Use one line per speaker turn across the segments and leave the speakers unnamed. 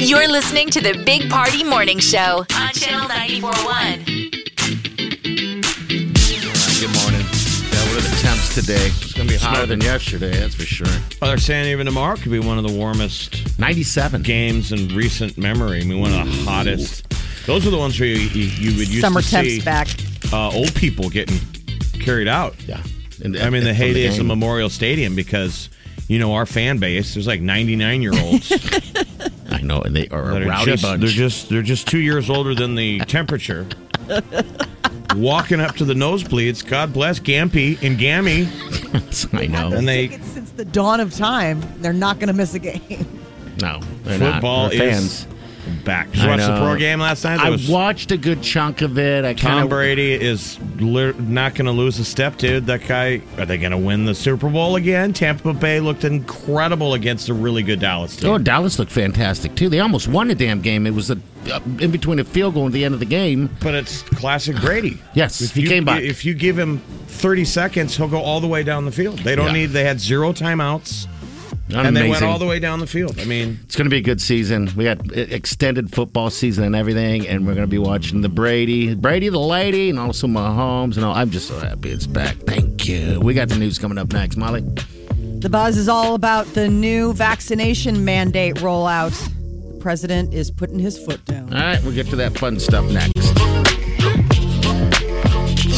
You're listening to the Big Party Morning Show on Channel 94.1.
Good morning.
Yeah, what are the temps today? It's going to be hotter
Snow.
than yesterday, that's for sure.
Well, they're saying even tomorrow could be one of the warmest
97.
games in recent memory. I mean, one of the hottest. Those are the ones where you, you, you would used
Summer
to
temps
see
back.
Uh, old people getting carried out.
Yeah.
I mean, the heydays of
game.
Memorial Stadium because, you know, our fan base, there's like 99 year olds. that
I know, and they are a
are
rowdy
just,
bunch.
They're just, they're just two years older than the temperature. Walking up to the nosebleeds. God bless Gampy and Gammy.
I know.
And they,
Tickets Since the dawn of time, they're not going to miss a game.
no, they're not.
football
They're
is back. Did
I
you watch the
know.
pro game last night? There
I
was-
watched a good chunk of it. I
Tom
kind of
Brady is li- not going to lose a step, dude. That guy, are they going to win the Super Bowl again? Tampa Bay looked incredible against a really good Dallas team.
Oh, Dallas looked fantastic too. They almost won the damn game. It was a, uh, in between a field goal and the end of the game.
But it's classic Brady.
Yes,
if
he
you,
came back.
If you give him 30 seconds, he'll go all the way down the field. They don't
Yeah.
need, they had zero timeouts, and they went all the way down the field. I mean,
It's going to be a good season. We got uh, extended football season and everything, and we're going to be watching the Brady, Brady the lady, and also Mahomes. And all. I'm just so happy it's back. Thank you. We got the news coming up next, Molly.
The buzz is all about the new vaccination mandate rollout. The president is putting his foot down.
All right, we'll get to that fun stuff next.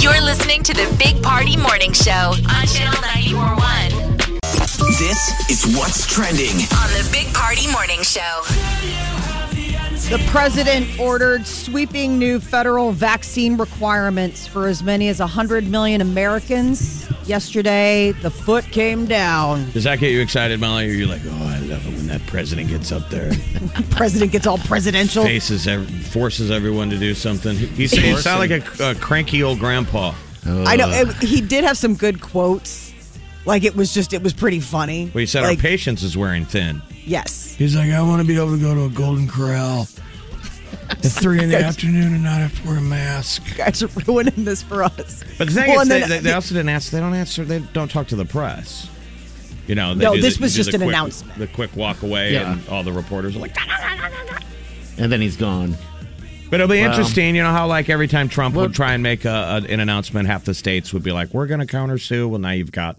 You're listening to the Big Party Morning Show on Channel 94.1.
This is what's trending.
On the Big Party Morning Show.
The president ordered sweeping new federal vaccine requirements for as many as 100 million Americans. Yesterday, the foot came down.
does that get you excited, Molly? Or you're like, oh, I love it when that president gets up there and
The president gets all presidential.
faces, ev- forces everyone to do something. He, he sounds like a, a cranky old grandpa.
I know it- he did have some good quotes. Like it was just, it was pretty funny.
Well, he said
like,
our patience is wearing thin.
Yes.
He's like, I want to be able to go to a Golden Corral at three in the afternoon and not have to wear a mask.
You guys are ruining this for us.
But the thing
Well,
is,
and
they,
then-
they, they also didn't ask. They don't answer. They don't talk to the press. You know. They
No,
do
this
the,
was
do
just
the
an
quick-
announcement.
The quick walk away,
Yeah.
and all the reporters are like. "Ah."
And then he's gone.
But it'll be interesting. You know how like every time Trump
Well-
would try and make a, a, an announcement, half the states would be like, "We're going to countersue." Well, now you've got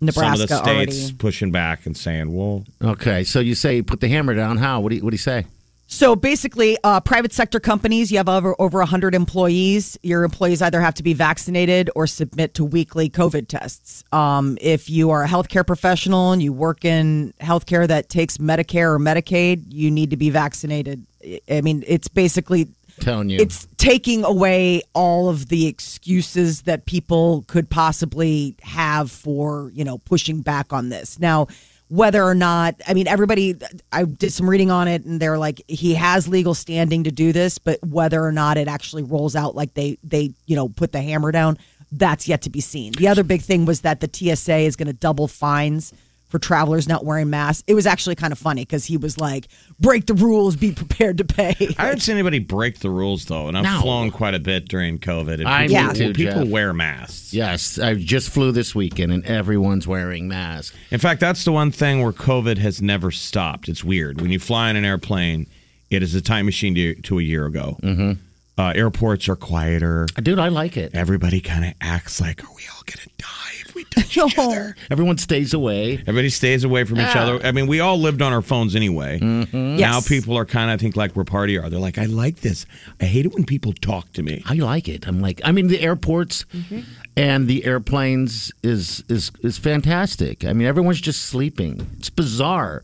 Nebraska
some of the states
already.
pushing back and saying, "Well,
Okay, so you say put the hammer down. How? What do you, what do you say?
So basically, uh, private sector companies, you have over, over 100 employees. Your employees either have to be vaccinated or submit to weekly COVID tests. Um, if you are a healthcare professional and you work in healthcare that takes Medicare or Medicaid, you need to be vaccinated. I- I mean, it's basically.
Telling you.
It's taking away all of the excuses that people could possibly have for, you know, pushing back on this. Now, whether or not, I mean, everybody, I did some reading on it and they're like, he has legal standing to do this, but whether or not it actually rolls out like they, they, you know, put the hammer down, that's yet to be seen. The other big thing was that the TSA is going to double fines for travelers not wearing masks. It was actually kind of funny because he was like, break the rules, be prepared to pay.
I haven't seen anybody break the rules though." And I've
No.
flown quite a bit during COVID. And
I
people,
Yeah.
need to,
people
Jeff.
wear masks.
Yes, I just flew this weekend, and everyone's wearing masks.
In fact, that's the one thing where COVID has never stopped. It's weird. When you fly in an airplane, it is a time machine to, to a year ago. Mm-hmm. Uh, airports are quieter.
Dude, I like it.
Everybody kind of acts like, are we all going to die if we touch each other?
Everyone stays away.
Everybody stays away from each other. I mean, we all lived on our phones anyway. Now
Yes.
people are kind of think like we're party are. They're like, I like this. I hate it when people talk to me.
I like it. I'm like, I mean, the airports
Mm-hmm.
and the airplanes is is is fantastic. I mean, everyone's just sleeping. It's bizarre.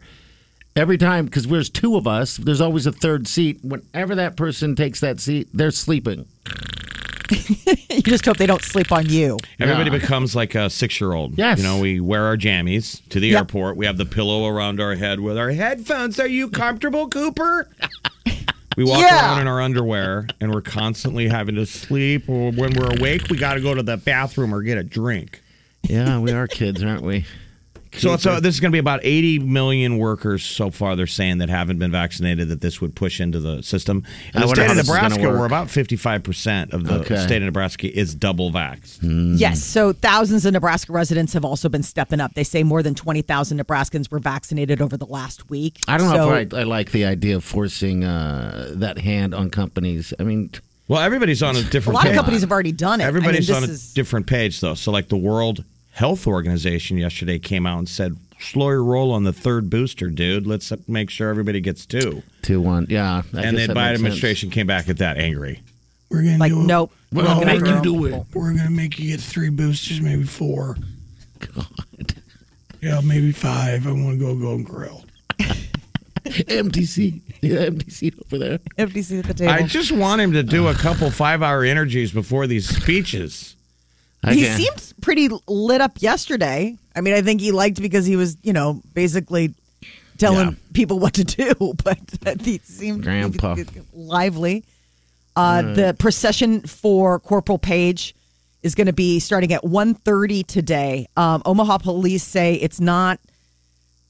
Every time, because there's two of us, there's always a third seat. Whenever that person takes that seat, they're sleeping.
you just hope they don't sleep on you.
Everybody becomes like a six year old.
Yes.
You know, we wear our jammies to the
Yep.
airport. We have the pillow around our head with our headphones. Are you comfortable, Cooper? We walk
Yeah.
around in our underwear and we're constantly having to sleep. Or when we're awake, we got to go to the bathroom or get a drink.
Yeah, we are kids, aren't we?
So, so this is going to be about 80 million workers so far. They're saying that haven't been vaccinated that this would push into the system. In
I
the
wonder
state
how
of
this is gonna
Nebraska,
work.
we're about 55 percent of the
Okay. Hmm.
state of Nebraska is double vaxxed.
Mm.
Yes. So thousands of Nebraska residents have also been stepping up. They say more than 20,000 Nebraskans were vaccinated over the last week.
I don't know
So-
if I, I like the idea of forcing uh, that hand on companies. I mean,
Well, everybody's on a
A
different.
lot of
page.
companies have already done it. I mean,
Everybody's
this
on a
is-
different page though. So, like the World Health Organization yesterday came out and said, "Slow your roll on the third booster, dude. Let's make sure everybody gets two.
two one, yeah. I
and
guess
the
that makes
Biden
sense.
administration came back at that angry.
We're gonna
like,
do it.
nope. we're
Well,
not gonna
we're gonna
do
do it. We're gonna make you get three boosters, maybe four. God. Yeah, maybe five. I want to go Golden Corral.
MTC, yeah, MTC over there.
Empty seat at the table.
I just want him to do a couple five-hour energies before these speeches.
I
he
can't-
seemed pretty lit up yesterday. I mean, I think he liked because he was, you know, basically telling
Yeah.
people what to do, but he seemed
Grandpa.
lively. Uh, The procession for Corporal Page is going to be starting at 1.30 today. Um, Omaha police say it's not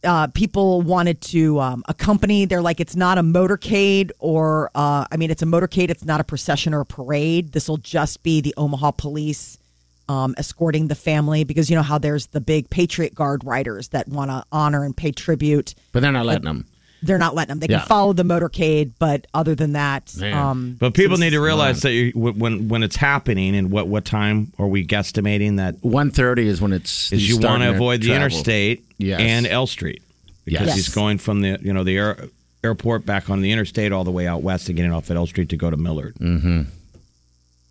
uh, people wanted to um, accompany. They're like, it's not a motorcade or, uh, I mean, it's a motorcade. It's not a procession or a parade. This will just be the Omaha police um, escorting the family because you know how there's the big Patriot Guard riders that want to honor and pay tribute.
but they're not letting them.
They're not letting them. They
Yeah.
can follow the motorcade, but other than that,
Man.
um,
But people need to realize that you, when when it's happening and what what time are we guesstimating that
One thirty is when it's.
is you want to avoid the interstate
Yes.
and L Street because
Yes.
he's going from the you know the air, airport back on the interstate all the way out west and getting off at L Street to go to Millard.
Mm.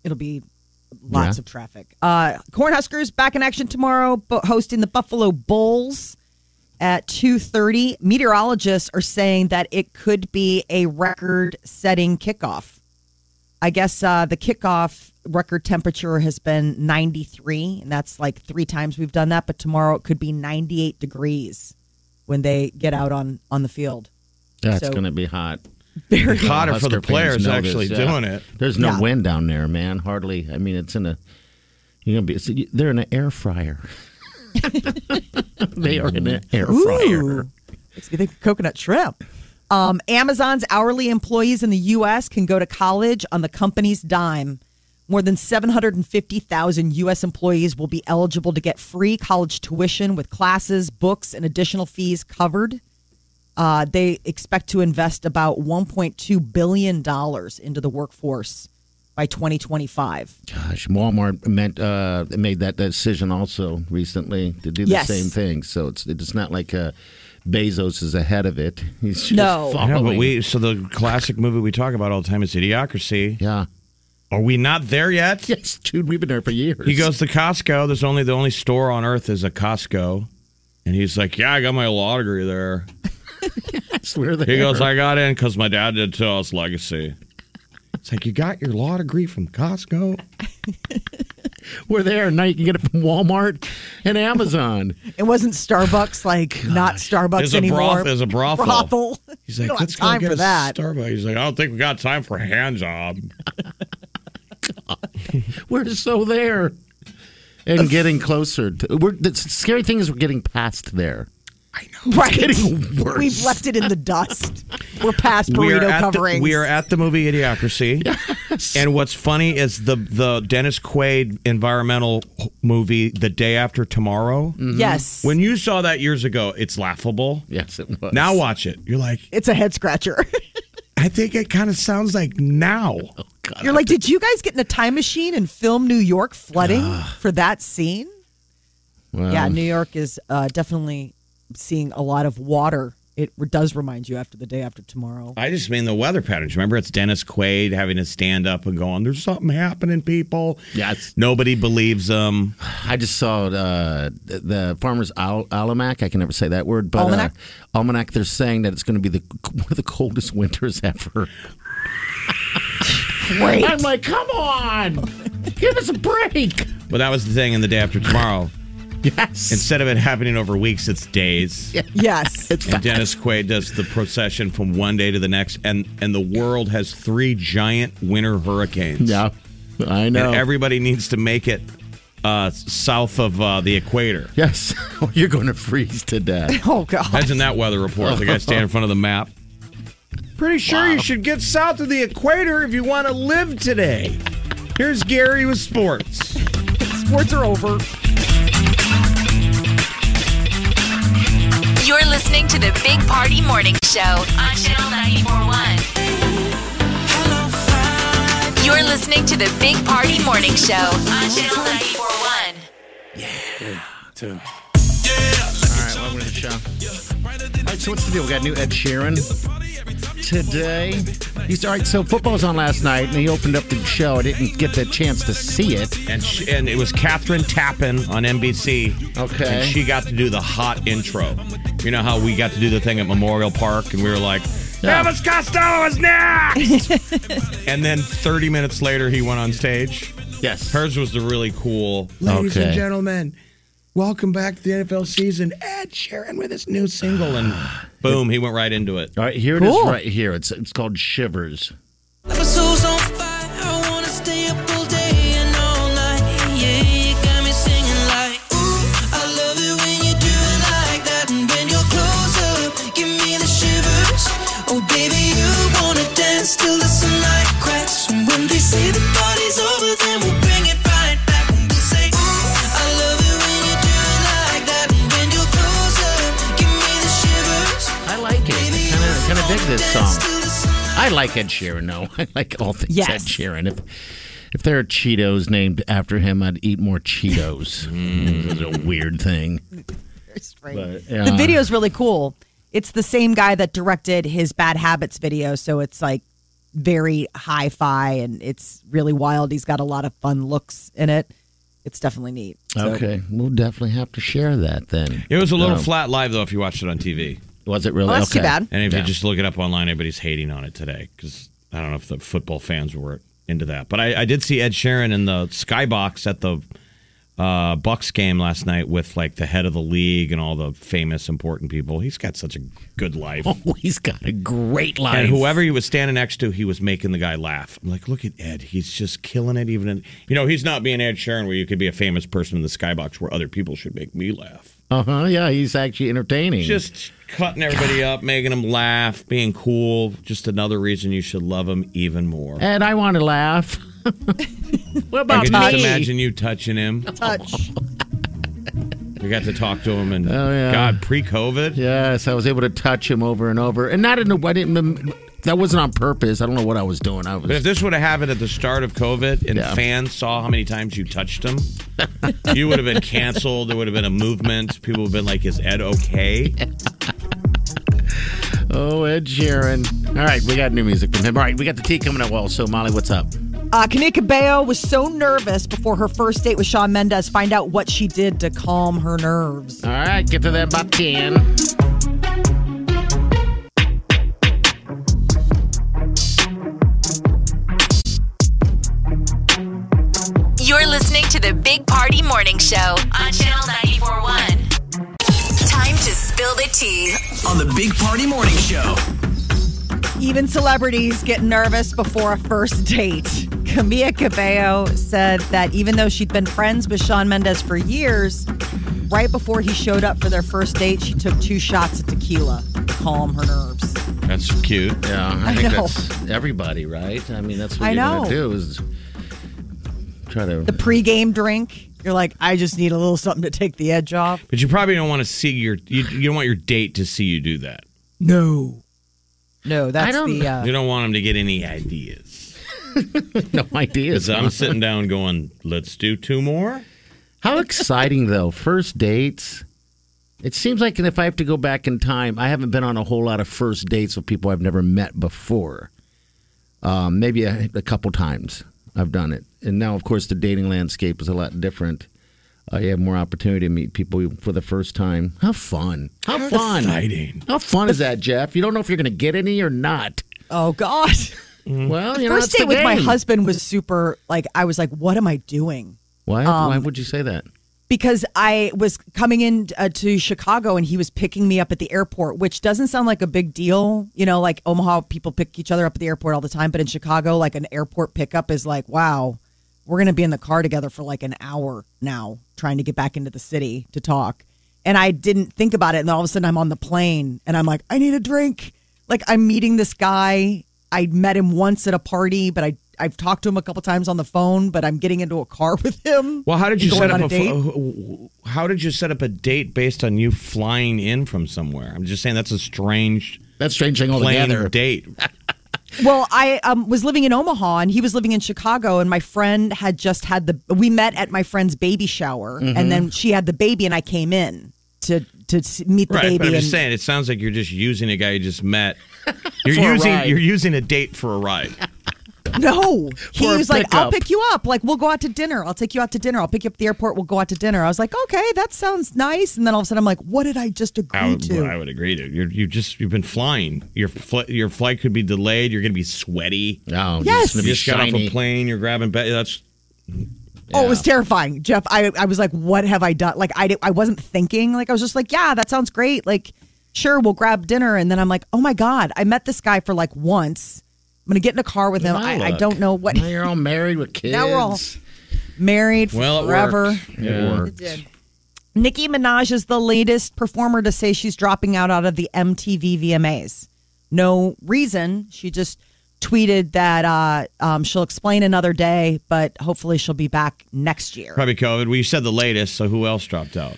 it'll be lots of traffic. Uh, Cornhuskers back in action tomorrow, bo- hosting the Buffalo Bulls at 2.30. Meteorologists are saying that it could be a record-setting kickoff. I guess uh, the kickoff record temperature has been 93, and that's like three times we've done that. But tomorrow it could be 98 degrees when they get out on, on the field.
That's
So-
going to be hot.
Very
Hotter for
Husker
the
fans
players
know
actually
this, yeah.
doing it.
There's no
Yeah.
wind down there, man. Hardly. I mean, it's in a. You're gonna be. it's- They're in an air fryer. they are in an air fryer.
Ooh. Makes me think of coconut shrimp. Um, Amazon's hourly employees in the U.S. can go to college on the company's dime. More than 750,000 U.S. employees will be eligible to get free college tuition with classes, books, and additional fees covered. Uh, they expect to invest about $1.2 billion into the workforce by 2025.
Gosh, Walmart meant uh, made that decision also recently to do the
Yes.
same thing. So it's it's not like uh, Bezos is ahead of it. He's just
No.
I know, but
following.
we so the classic movie we talk about all the time is Idiocracy.
yeah.
Are we not there yet?
Yes, dude, we've been there for years.
He goes to Costco. There's only the only store on earth is a Costco, and he's like, "Yeah, I got my law degree there."
I swear there.
He goes, "I got in because my dad did tell us legacy." It's like you got your law degree from Costco.
we're there. Now you can get it from Walmart and Amazon.
It wasn't Starbucks, like not Starbucks
There's a
anymore.
broth- there's a brothel.
brothel.
He's
We
like,
don't
"Let's
have
go
time
get
for
a
that."
Starbucks." He's like, "I don't think we got time for a hand job."
We're so there. And getting closer. To, we're, the scary thing is we're getting past there.
Right.
getting worse.
We've left it in the dust. We're past burrito
we are at
coverings.
The, we are at the movie Idiocracy. And what's funny is the the Dennis Quaid environmental movie, The Day After Tomorrow.
Mm. yes.
mm-hmm. When you saw that years ago, it's laughable.
Yes, it was.
Now watch it. You're like,
it's a head scratcher.
I think it kind of sounds like now.
You're like, did you guys get in a time machine and film New York flooding for that scene?
Well,
yeah,
Um.
New York is uh, definitely seeing a lot of water. It does remind you after the day after tomorrow.
I just mean the weather patterns. Remember, it's Dennis Quaid having to stand up and going, "There's something happening, people."
Yes.
Nobody believes him.
I just saw uh, the, the Farmer's Al- Almanac. I can never say that word, but uh,
Almanac?
almanac. They're saying that it's going to be the one of the coldest winters ever.
Great.
I'm like, come on! Give us a break.
Well, that was the thing in the day after tomorrow.
Yes.
Instead of it happening over weeks, it's days.
Yes.
And Dennis Quaid does the procession from one day to the next, and and the world has three giant winter hurricanes.
yeah. I know.
and everybody needs to make it uh, south of uh, the equator.
yes. You're going to freeze to death.
oh God.
Imagine that weather report. The guy standing in front of the map. Pretty sure you should get south of the equator if you want to live today. Here's Gary with sports.
Sports are over.
You're listening to the Big Party Morning Show on Channel 941. You're listening to the Big Party Morning Show on Channel 941.
All right, welcome to the show. All right, so what's the deal? We got new Ed Sheeran today. He's all right. So football's on last night, and he opened up the show. I didn't get the chance to see it.
And she, and it was Catherine Tappan on NBC.
Okay.
And she got to do the hot intro. You know how we got to do the thing at Memorial Park, and we were like,
Yeah.
Elvis Costello is next. and then 30 minutes later, he went on stage.
Yes.
Hers was the really cool. uh,
Ladies and
Okay.
gentlemen, welcome back to the NFL season. Ed Sheeran with his new single. And
Boom! He went right into it.
All right, here it is
Cool.
right here. It's it's called Shivers.
Oh, Till the sunlight cracks, and when they say the party's over, then we'll bring it right back. And we'll say, Ooh, I love it when you do it like that. And when you're closer, give me the shivers.
I like it. Kind of kind of dig this
Dance
song.
till the sunlight.
I like Ed Sheeran. though. I like all things
Yes.
Ed Sheeran. If if there are Cheetos named after him, I'd eat more Cheetos.
Mm.
It's a weird thing. But, yeah.
The video's really cool. It's the same guy that directed his Bad Habits video, so it's like very hi-fi and it's really wild. He's got a lot of fun looks in it. It's definitely neat. So-
Okay, we'll definitely have to share that then.
It was a little
Um,
flat live though if you watched it on TV.
Was it really?
Oh, that's
okay.
too bad.
And if you just look it up online, everybody's hating on it today because I don't know if the football fans were into that. But I, I did see Ed Sheeran in the skybox at the uh, Bucks game last night with like the head of the league and all the famous important people. He's got such a good life.
Oh, he's got a great life.
And whoever he was standing next to, he was making the guy laugh. I'm like, look at Ed. He's just killing it. Even in, you know, he's not being Ed Sheeran where you could be a famous person in the skybox where other people should make me laugh.
Uh huh. Yeah, he's actually entertaining.
just cutting everybody up, making them laugh, being cool. Just another reason you should love him even more.
and I want to laugh. what
I
about
can
me?
just imagine you touching him.
Touch.
We got to talk to him, and
Oh, yeah.
God, pre-COVID,
Yes, I was able to touch him over and over, and not in a. I didn't. That wasn't on purpose. I don't know what I was doing. I was.
But if this would have happened at the start of COVID and
Yeah.
fans saw how many times you touched them, you would have been canceled. There would have been a movement. People would have been like, is Ed okay?
Oh, Ed Sheeran. All right, we got new music from him. All right, we got the tea coming up. Well, so Molly, what's up?
Uh, Camila Cabello was so nervous before her first date with Shawn Mendes. Find out what she did to calm her nerves.
All right, get to that about ten.
You're listening to the Big Party Morning Show on Channel 941. Time to spill the tea.
on the Big Party Morning Show.
Even celebrities get nervous before a first date. Camila Cabello said that even though she'd been friends with Shawn Mendes for years, right before he showed up for their first date, she took two shots of tequila to calm her nerves.
That's cute.
Yeah, I,
I
think
know.
that's everybody, right? I mean, that's what
I
you're
know.
gonna do is try to.
The pregame drink, you're like, I just need a little something to take the edge off.
But you probably don't want to see your you, you don't want your date to see you do that.
no.
No, that's
don't-
the. Uh,
You don't want him to get any ideas.
no idea.
Because I'm sitting down going, let's do two more.
How exciting though! First dates. It seems like if I have to go back in time, I haven't been on a whole lot of first dates with people I've never met before. Um, maybe a, a couple times I've done it, and now of course the dating landscape is a lot different. Uh, you have more opportunity to meet people for the first time. How fun! How, fun!
Exciting.
How fun is that, Jeff? You don't know if you're going to get any or not.
oh, God.
Mm-hmm.
Well, you know,
First
it's
date
the
with my
game.
husband was super like I was like, what am I doing?
Why? Why
um,
would you say that?
Because I was coming in uh, to Chicago and he was picking me up at the airport, which doesn't sound like a big deal. You know, like Omaha, people pick each other up at the airport all the time. But in Chicago, like an airport pickup is like, wow, we're going to be in the car together for like an hour now trying to get back into the city to talk. And I didn't think about it. And all of a sudden I'm on the plane and I'm like, I need a drink. Like I'm meeting this guy. I met him once at a party, but I, I've talked to him a couple times on the phone, but I'm getting into a car with him.
Well, how did
and
you
going
set up
on
a,
date.
fl- uh, how did you set up a date based on you flying in from somewhere? I'm just saying that's a strange
That's strange thing
plain
altogether.
date.
Well, I um, was living in Omaha and he was living in Chicago, and my friend had just had the. We met at my friend's baby shower, and then she had the baby, and I came in to to s- meet the
Right,
baby.
but I'm
and,
just saying it sounds like you're just using a guy you just met. You're
For a
using
ride.
you're using a date for a ride.
No, he
For a
was like, "I'll
pickup.
pick you up. Like, we'll go out to dinner. I'll take you out to dinner. I'll pick you up at the airport. We'll go out to dinner." I was like, "Okay, that sounds nice." And then all of a sudden, I'm like, "What did I just agree
I would,
to?"
I would agree to. You're you just you've been flying. Your fl- your flight could be delayed. You're going to be sweaty.
No,
Yes.
it's Oh, gonna
You
be
just got off
shiny.
a plane. You're grabbing. Be- that's
Oh, it was terrifying, Jeff. I, I was like, what have I done? Like, I, di- I wasn't thinking. Like, I was just like, yeah, that sounds great. Like, sure, we'll grab dinner. And then I'm like, oh my God, I met this guy for like once. I'm going to get in a car with him.
Now
I, I
look.
don't know what.
Now you're all married with kids.
Now we're all married
well, it
forever.
worked. It worked.
Nicki Minaj is the latest performer to say she's dropping out out of the MTV VMAs. No reason. She just tweeted that uh, um, she'll explain another day, but hopefully she'll be back next year.
Probably COVID. Well, you said the latest. So who else dropped out?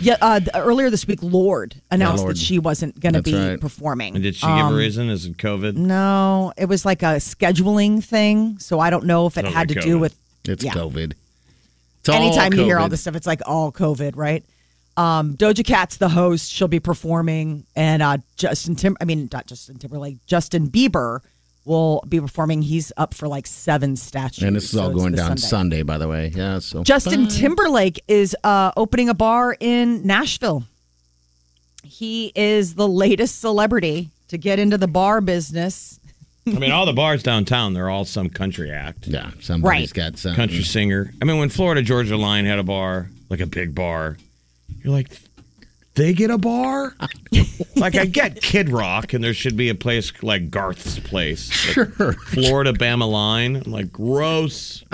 Yeah, uh, th- earlier this week, Lord announced
Lorde.
that she wasn't going to
That's
be
right.
performing. Um,
And did she give a reason? Is it COVID?
no, it was like a scheduling thing. So I don't know if it
Sounds
had
like
to do
COVID.
with
It's
Yeah.
COVID. It's all
anytime you hear all
COVID.
this stuff, it's like all COVID, right? Um, Doja Cat's the host. She'll be performing, and uh, Justin Tim, I mean not Justin Timberlake, Justin Bieber will be performing. He's up for like seven statues,
And this is
so
all
it's
going
this
down
Sunday.
Sunday. by the way. Yeah. So
Justin Timberlake is uh, opening a bar in Nashville. He is the latest celebrity to get into the bar business.
I mean, all the bars downtown, they're all some country act,
yeah, somebody's
Right.
got some
country singer. I mean, when Florida Georgia Line had a bar, like a big bar, you're like, they get a bar? like, I get Kid Rock, and there should be a place like Garth's Place. Sure. Florida Bama Line. I'm like, gross.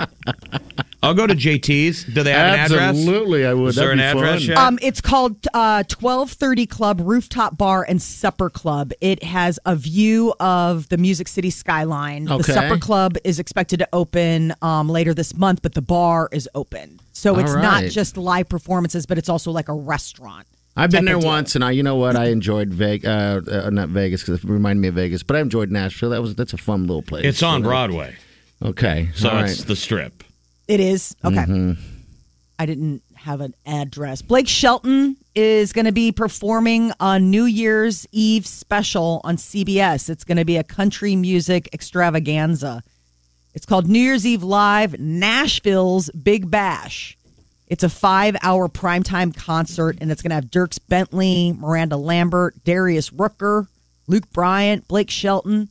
I'll go to JT's. Do they have an address?
Absolutely, I would.
Is there an
That'd be
address
fun.
yet?
Um, it's called uh, 1230 Club Rooftop Bar and Supper Club. It has a view of the Music City skyline. The
Okay.
Supper Club is expected to open um, later this month, but the bar is open. So
All
it's not
right.
just live performances, but it's also like a restaurant.
I've been there
deal.
once, and I, you know what? I enjoyed Vegas, uh, uh, not Vegas, because it reminded me of Vegas, but I enjoyed Nashville. That was that's a fun little place.
it's on
So-
Broadway,
Okay,
so
all
it's
right.
the strip.
It is okay. I didn't have an address. Blake Shelton is going to be performing a New Year's Eve special on CBS. It's going to be a country music extravaganza. It's called New Year's Eve Live Nashville's Big Bash. It's a five hour primetime concert, and it's going to have Dirks Bentley, Miranda Lambert, Darius Rooker, Luke Bryant, Blake Shelton.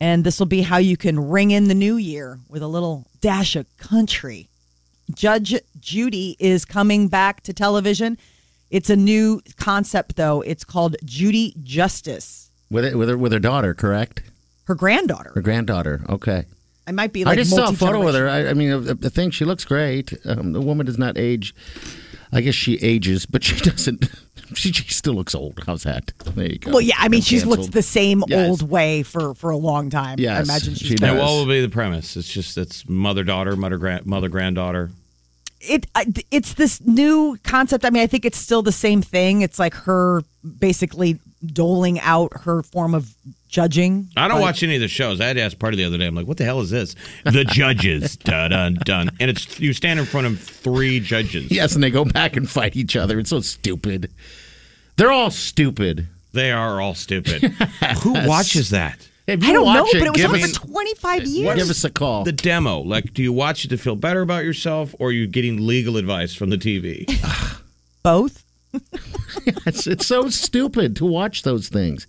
And this will be how you can ring in the new year with a little dash of country. Judge Judy is coming back to television. It's a new concept, though. It's called Judy Justice,
with it, with her, with her daughter, correct?
her granddaughter.
Her granddaughter. Okay,
I might be like,
I just saw a photo with
multi-generational.
her. I, I mean, uh, the thing she looks great. Um, the woman does not age. I guess she ages, but she doesn't. She, she still looks old. How's that? There you go.
Well, yeah, I mean,
Got
she's looked
canceled.
the same
Yes.
old way for for a long time. I
Yes,
imagine she's
she
been-
And
does.
what will be the premise? It's just it's mother daughter, mother grand mother granddaughter.
it I- it's this new concept. I mean, I think it's still the same thing. It's like her basically doling out her form of judging.
I don't watch any of the shows. I had to ask part of the other day. I'm like, what the hell is this? The judges, da dun dun, and it's you stand in front of three judges.
Yes, and they go back and fight each other. It's so stupid. They're all stupid.
They are all stupid. Who watches that?
If you
I don't know,
watch
but it was
give
on
us-
for 25 years.
Give us a call.
The demo. Like, do you watch it to feel better about yourself, or are you getting legal advice from the TV?
Both.
It's, it's so stupid to watch those things.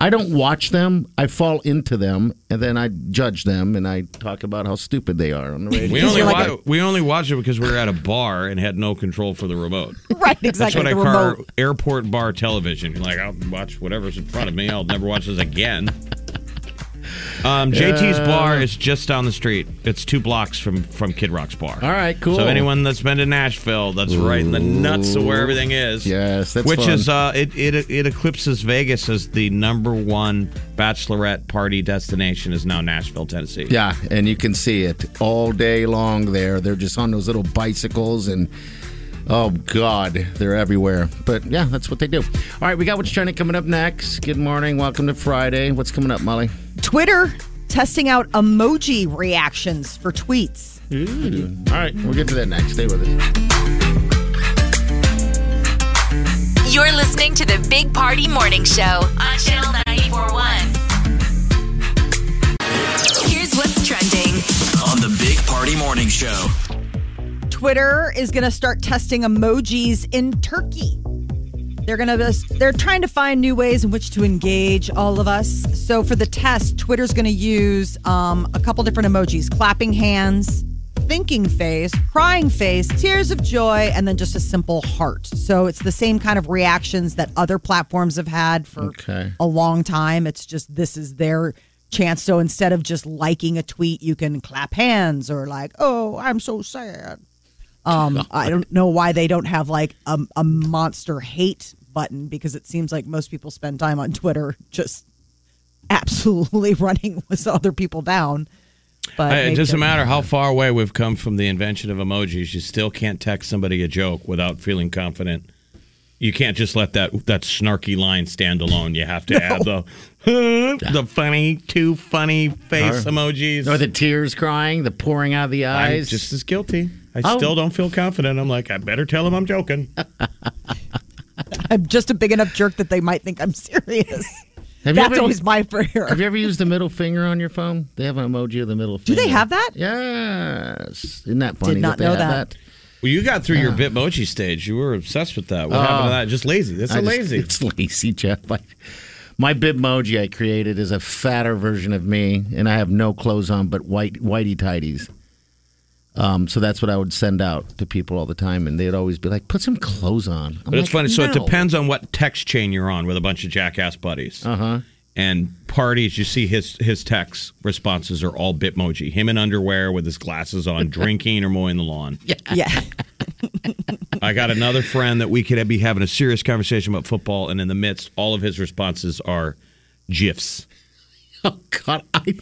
I don't watch them. I fall into them, and then I judge them, and I talk about how stupid they are on the radio.
We only,
you're like
wa- we only watched it because we were at a bar and had no control for the remote.
Right, exactly.
That's what
the
I call
remote.
airport bar television. You're like, I'll watch whatever's in front of me. I'll never watch this again. Um, JT's bar is just down the street. It's two blocks from from Kid Rock's bar.
All right, cool.
So anyone that's been to Nashville, that's right in the nuts of where everything is.
Yes, that's
which
fun.
is uh, it, it it eclipses Vegas as the number one bachelorette party destination is now Nashville, Tennessee.
Yeah, and you can see it all day long there. They're just on those little bicycles and oh god, they're everywhere. But yeah, that's what they do. All right, we got what's trending coming up next. Good morning. Welcome to Friday. What's coming up, Molly?
Twitter testing out emoji reactions for tweets.
All right, we'll get to that next. Stay with us.
You're listening to the Big Party Morning Show on Channel 941. Here's what's trending.
on the Big Party Morning Show.
Twitter is going to start testing emojis in Turkey. They're going to they're trying to find new ways in which to engage all of us. So for the test, Twitter's going to use um, a couple different emojis: clapping hands, thinking face, crying face, tears of joy, and then just a simple heart. So it's the same kind of reactions that other platforms have had for
Okay.
a long time. It's just this is their chance. So instead of just liking a tweet, you can clap hands or like, "Oh, I'm so sad." Um, I don't know why they don't have like a, a monster hate button because it seems like most people spend time on Twitter just absolutely running with other people down. But
Hey, it
maybe
doesn't
they're-
matter how far away we've come from the invention of emojis. You still can't text somebody a joke without feeling confident. You can't just let that that snarky line stand alone. You have to add the the funny, too funny face
Or-
emojis.
Or the tears crying, the pouring out of the
I'm
eyes.
just as guilty. I
Oh. Uh.
still don't feel confident. I'm like, I better tell him I'm joking.
I'm just a big enough jerk that they might think I'm serious.
have you
That's
ever,
always my prayer.
Have you ever used the middle finger on your phone? They have an emoji of the middle
Do
finger.
they have that?
Yes. Isn't that funny?
not
they
know
have
that.
Well, you got through your
Uh.
Bitmoji stage. You were obsessed with that. What happened to that? Just lazy. That's
I
a
just-
lazy.
It's lazy, Jeff. Like my Bitmoji I created is a fatter version of me, and I have no clothes on but white whitey tidies. Um, so that's what I would send out to people all the time, and they'd always be like, "Put some clothes on." I'm
But it's
like,
funny. So it
"No."
depends on what text chain you're on with a bunch of jackass buddies. Uh huh. And parties, you see his his text responses are all Bitmoji. Him in underwear with his glasses on, drinking or mowing the lawn.
Yeah.
I got another friend that we could be having a serious conversation about football, and in the midst, all of his responses are gifs.
Oh God, I,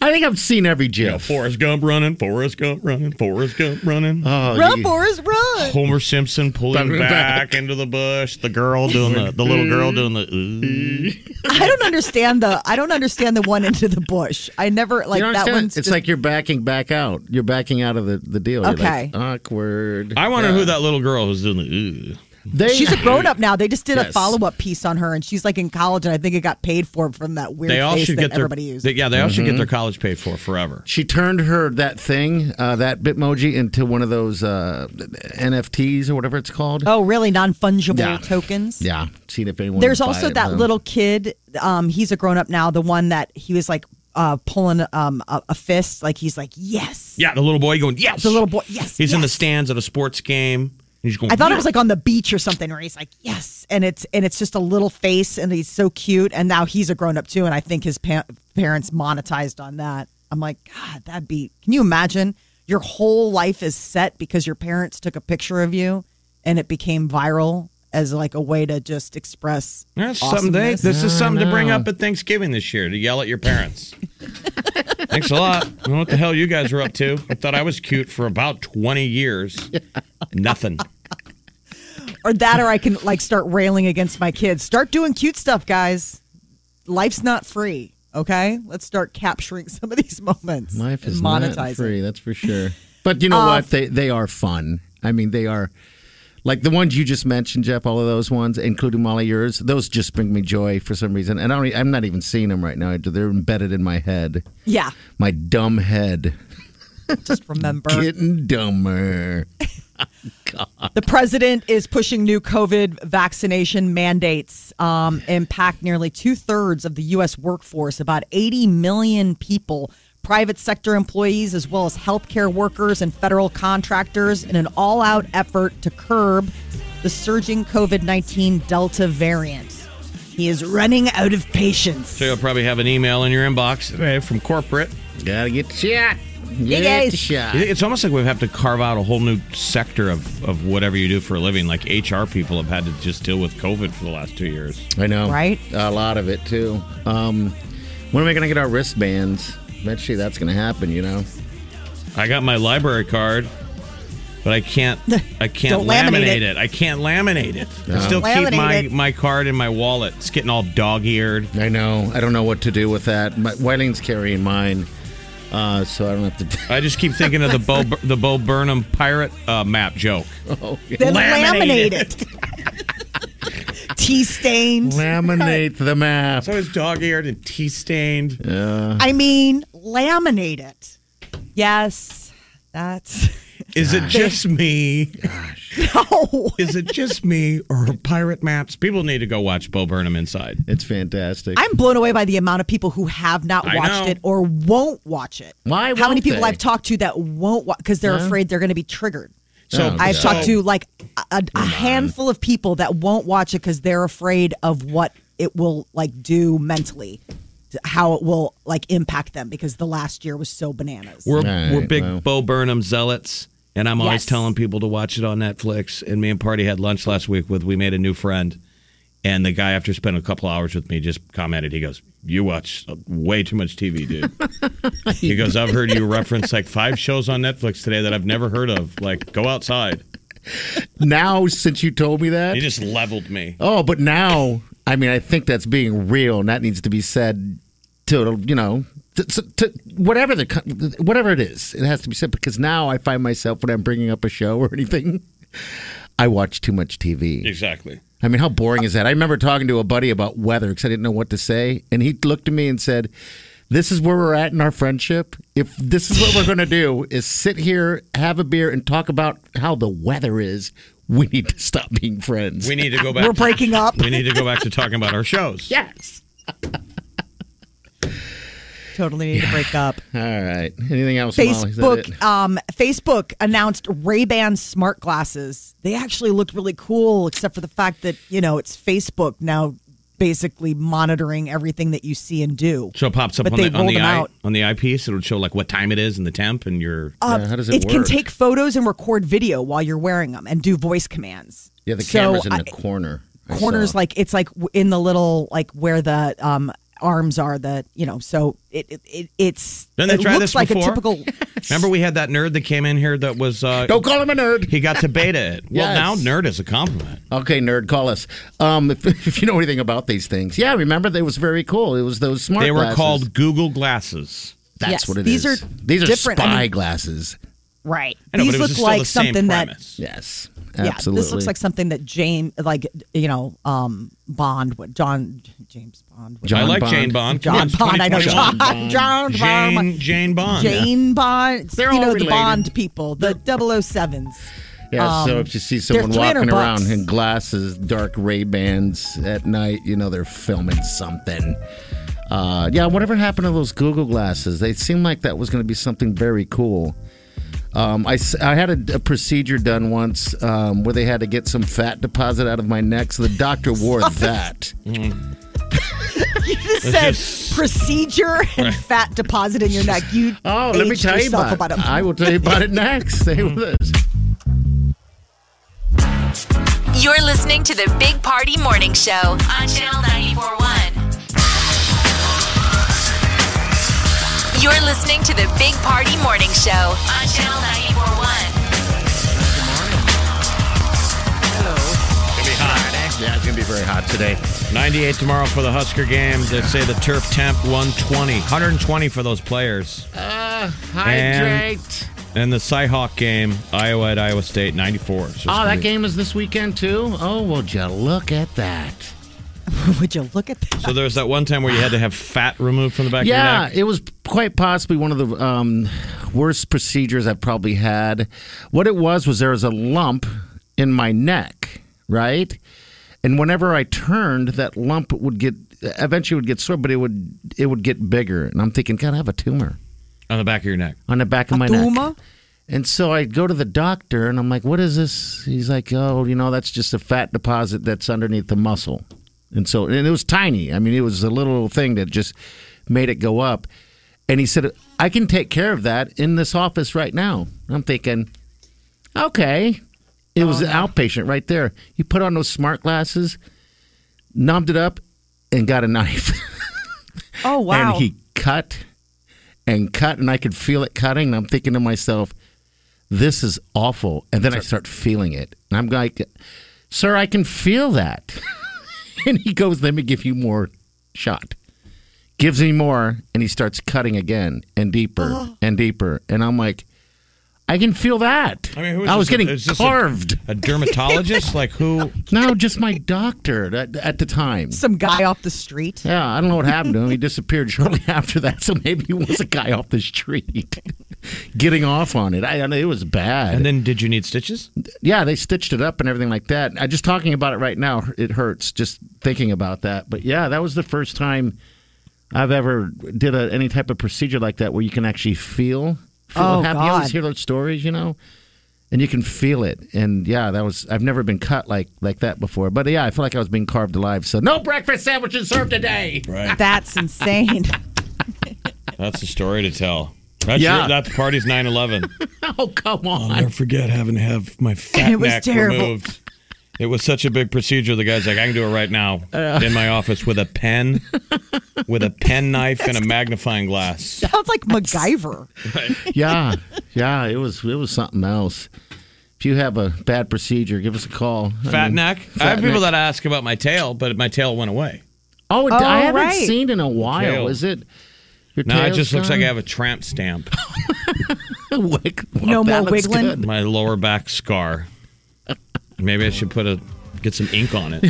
I think I've seen every GIF.
You know, Forrest Gump running, Forrest Gump running, Forrest Gump running.
Oh,
Run,
you-
Boris, run.
Homer Simpson pulling
Coming
back,
back.
into the bush. The girl doing the the little girl doing the. Ooh.
I don't understand the I don't understand the one into the bush. I never like
you don't
that
understand?
one's
It's
just-
like you're backing back out. You're backing out of the, the deal. You're
Okay.
like, awkward.
I wonder
Yeah.
who that little girl who's doing the. Ooh.
They,
She's a grown up now. They just did a
Yes.
follow up piece on her, and she's like in college, and I think it got paid for from that weird
they all
face
should
that
get their
everybody used.
they- yeah they all should get their college paid for forever
She turned her that thing, uh, that Bitmoji, into one of those uh, NFTs or whatever it's called.
oh, really? Non fungible
Yeah.
tokens.
Yeah, seen if anyone.
There's
would buy
also
it,
that
though.
little kid. Um, he's a grown up now. The one that he was like uh, pulling um, a, a fist, like he's like yes,
yeah the little boy going yes
the little boy yes.
he's in the
yes."
stands at a sports game and he's going
I thought
"Yeah."
it was like on the beach or something where he's like, "Yes," and it's and it's just a little face, and he's so cute, and now he's a grown up too, and I think his pa- parents monetized on that. I'm like, God, that'd be. Can you imagine? Your whole life is set because your parents took a picture of you, and it became viral as like a way to just express.
That's something they,
awesomeness.
this is something to bring
know.
up at Thanksgiving this year to yell at your parents thanks a lot I don't know what the hell you guys were up to I thought I was cute for about 20 years nothing
or that, or I can like start railing against my kids. Start doing cute stuff, guys. Life's not free. Okay, let's start capturing some of these moments.
Life is
and
not free. That's for sure. But you
Um,
know what? They they are fun. I mean, they are like the ones you just mentioned, Jeff. All of those ones, including Molly yours. Those just bring me joy for some reason, and I don't, e, I'm not even seeing them right now. They're embedded in my head,
Yeah,
my dumb head,
just remember.
getting dumber.
The president is pushing new COVID vaccination mandates, um, impact nearly two thirds of the U.S. workforce, about 80 million people, private sector employees, as well as healthcare workers and federal contractors, in an all out effort to curb the surging COVID 19 Delta variant. He is running out of patience.
So you'll probably have an email in your inbox today from corporate.
Gotta get the shot. Get
guys.
the shot.
It's almost like we have to carve out a whole new sector of, of whatever you do for a living. Like HR people have had to just deal with COVID for the last two years.
I know.
Right?
A lot of it, too. Um, when are we going to get our wristbands? Eventually, that's going to happen, you know?
I got my library card, but I can't I can't
Don't laminate
laminate
it.
it. I can't laminate it. I
No.
still keep
Laminate
my,
it.
my card in my wallet. It's getting all dog eared.
I know. I don't know what to do with that. My, Wiling's carrying mine, uh, so I don't have to.
I just keep thinking of the Bo the Bo Burnham pirate uh, map joke.
Then
Laminate
laminate it. Tea stained.
Laminate the map.
So it's dog eared and tea stained.
I mean, laminate it. Yes, that's
Is it just me?
no.
Is it just me or are pirate maps? People need to go watch Bo Burnham Inside.
It's fantastic.
I'm blown away by the amount of people who have not
I
watched
know.
it or won't watch it.
Why
How many
won't
people
they?
I've talked to that won't watch because they're
Yeah.
afraid they're going to be triggered.
So
Oh,
I've
So-
talked to like a, a- a handful of people that won't watch it because they're afraid of what it will like do mentally, how it will like impact them because the last year was so bananas.
We're
All
we're
right,
big
well.
Bo Burnham zealots, and I'm always
Yes.
telling people to watch it on Netflix. And me and Party had lunch last week with we made a new friend, and the guy after spending a couple hours with me just commented. He goes, "You watch uh, way too much TV, dude." he goes, "I've heard you reference like five shows on Netflix today that I've never heard of. Like, go outside."
now, since you told me that.
He just leveled me.
Oh, but now, I mean, I think that's being real, and that needs to be said to you know, to, to whatever the co- whatever it is, it has to be said because now I find myself when I'm bringing up a show or anything, I watch too much TV.
Exactly.
I mean, how boring is that? I remember talking to a buddy about weather because I didn't know what to say, and he looked at me and said. This is where we're at in our friendship. If this is what we're going to do is sit here, have a beer and talk about how the weather is, we need to stop being friends.
We need to go back.
We're
to-
breaking up.
We need to go back to talking about our shows.
yes.
totally need to break up.
All right. Anything else? Molly? Is that it?
Facebook um, Facebook announced Ray-Ban smart glasses. They actually looked really cool except for the fact that, you know, it's Facebook now basically monitoring everything that you see and do.
So it pops up
But
on
they
the on
rolled
the
them
eye,
out.
on the eyepiece. It'll show like what time it is and the temp and your.
Um,
Yeah, how does it
can
work?
take photos and record video while you're wearing them and do voice commands.
Yeah, the
So
camera's in the
I-
corner. I
corners
saw.
like it's like w- in the little like where the um arms are the you know so it it, it it's
Didn't they
it
try
looks
this
like a
before?
typical
Remember, we had that nerd that came in here that was. Uh,
Don't call him a nerd.
He got to beta it.
Yes.
Well, now nerd is a compliment.
Okay, nerd, call us. Um, if, if you know anything about these things, yeah, remember they was very cool. It was those smart.
They were
glasses.
called Google glasses.
That's
Yes,
what it is.
these are
these are
different. I
spy
mean-
glasses.
right
I know,
these
but it was
look
still
like
the same
something that
premise.
Yes,
yeah
absolutely.
this looks like something that James like you know um Bond would John James Bond would
I
John
like
Bond.
Jane Bond. Come
John
on, it's
Bond I know
2021.
John John Bond
Jane, Jane Bond.
Jane Bond
They're
you
all
know the
related.
Bond people the 007s
Yeah, so
um,
if you see
they're
someone walking
300
around
bucks.
in glasses, dark Ray Bans at night, you know they're filming something. Uh, yeah, whatever happened to those Google glasses? They seemed like that was going to be something very cool. Um, I, s- I had a, a procedure done once um, where they had to get some fat deposit out of my neck, so the doctor wore that.
It said procedure and fat deposit in your neck. You
Oh, let me
aged
tell you
yourself
about,
about
it. Mm-hmm.
a-
I will tell you about it next. Stay with us.
You're listening to the Big Party Morning Show on Channel 941. You're listening to the Big Party Morning Show on Channel 941.
Yeah, it's gonna be very hot today.
98 tomorrow for the Husker game. They say the turf temp 120. 120 for those players. And-
Hydrate.
And the Cyhawk game, Iowa at Iowa State, 94. So it's
Oh,
gonna
that
be-
game is this weekend too. Oh, would you look at that?
Would you look at that?
So there was that one time where you had to have fat removed from the back of your
Yeah,
neck.
it was quite possibly one of the um, worst procedures I've probably had. What it was was there was a lump in my neck, right? And whenever I turned, that lump would get eventually would get sore, but it would it would get bigger. And I'm thinking, God, I have a tumor
On the back of your neck.
on the back of my neck.
Duma?
And so I go to the doctor and I'm like, what is this? He's like, oh, you know, that's just a fat deposit that's underneath the muscle. And so, and it was tiny. I mean, it was a little thing that just made it go up. And he said, I can take care of that in this office right now. I'm thinking, okay. It was an outpatient right there. He put on those smart glasses, numbed it up, and got a knife.
Oh wow!
And he cut and cut, and I could feel it cutting. And I'm thinking to myself, this is awful. And then I start feeling it. And I'm like, sir, I can feel that. and he goes, let me give you more shot. Gives me more, and he starts cutting again and deeper
Oh.
and deeper. And I'm like, I can feel that.
I mean, who is
I was
this?
getting
Is this a-
carved.
A dermatologist? like who?
no, just my doctor at, at the time.
Some guy off the street.
Yeah, I don't know what happened to him. He disappeared shortly after that, so maybe he was a guy off the street getting off on it. I, I know it was bad.
And then did you need stitches?
yeah, they stitched it up and everything like that. I just talking about it right now, it hurts just thinking about that. But yeah, that was the first time I've ever did a, any type of procedure like that where you can actually feel. feel
Oh,
what happened. You always
God.
hear those stories, you know, and you can feel it. And yeah, that was I've never been cut like like that before. But yeah, I feel like I was being carved alive. So no breakfast sandwiches served today.
Right.
That's insane.
That's a story to tell. That's
Yeah.
your, that party's 9-11.
Oh come
I'll
on.
never forget having to have my fat
It was
neck
terrible.
removed. It was such a big procedure. The guy's like, I can do it right now
Uh.
in my office with a pen, with a pen knife and a magnifying glass.
Sounds like MacGyver.
yeah, yeah, it was it was something else. If you have a bad procedure, give us a call. I
Fat
mean,
neck.
fat
I have people
neck.
that ask about my tail, but my tail went away.
Oh, it-
Oh,
I haven't
right.
seen in a while.
Tail.
Is it? Your
Now it
tail's
just looks
gone?
like I have a tramp stamp.
Wig- well,
No
that
more
looks
wiggling?
good.
my lower back scar. Maybe I should put a get some ink on it.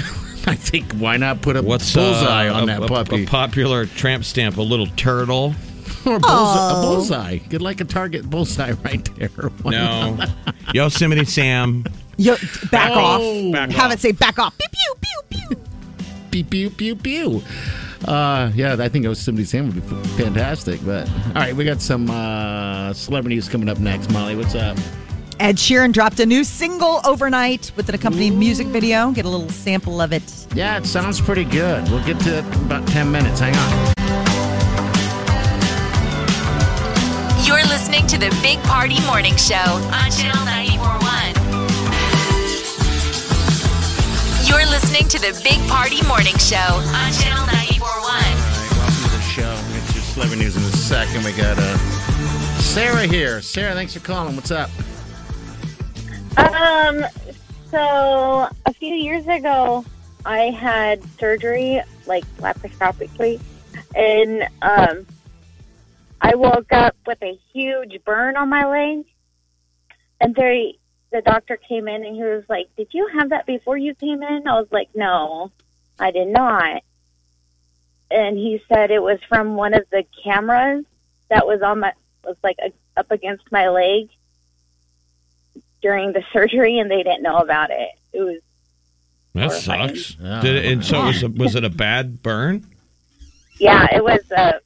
I think why not put a
What's uh,
bullseye on
a,
that
a-
puppy
A popular tramp stamp, a little turtle.
or bullseye, a bullseye? Get like a target bullseye right there. Why not?
No, Yosemite Sam.
Yo, back
Oh.
off.
Back
Have
off.
it say back off. Pew pew pew pew.
pew pew pew pew. Uh, yeah, I think Yosemite Sam would be fantastic. But all right, we got some uh, celebrities coming up next. Molly, what's up?
Ed Sheeran dropped a new single overnight with an accompanying music video. Get a little sample of it.
Yeah, it sounds pretty good. We'll get to it in about 10 minutes. Hang on.
You're listening to the Big Party Morning Show on Channel 941. You're listening to the Big Party Morning Show on Channel 941.
All right, welcome to the show. We'll get your celebrity news in a second. We got uh, Sarah here. Sarah, thanks for calling. What's up?
Um, so a few years ago, I had surgery, like laparoscopically, and um, I woke up with a huge burn on my leg. And they, the doctor came in and he was like, "Did you have that before you came in?" I was like, "No, I did not." And he said it was from one of the cameras that was on my was like a, up against my leg during the surgery and they didn't know about it. It was
That
Horrifying.
sucks.
Yeah.
Did it, and so was, it- was it a bad burn?
yeah, it was a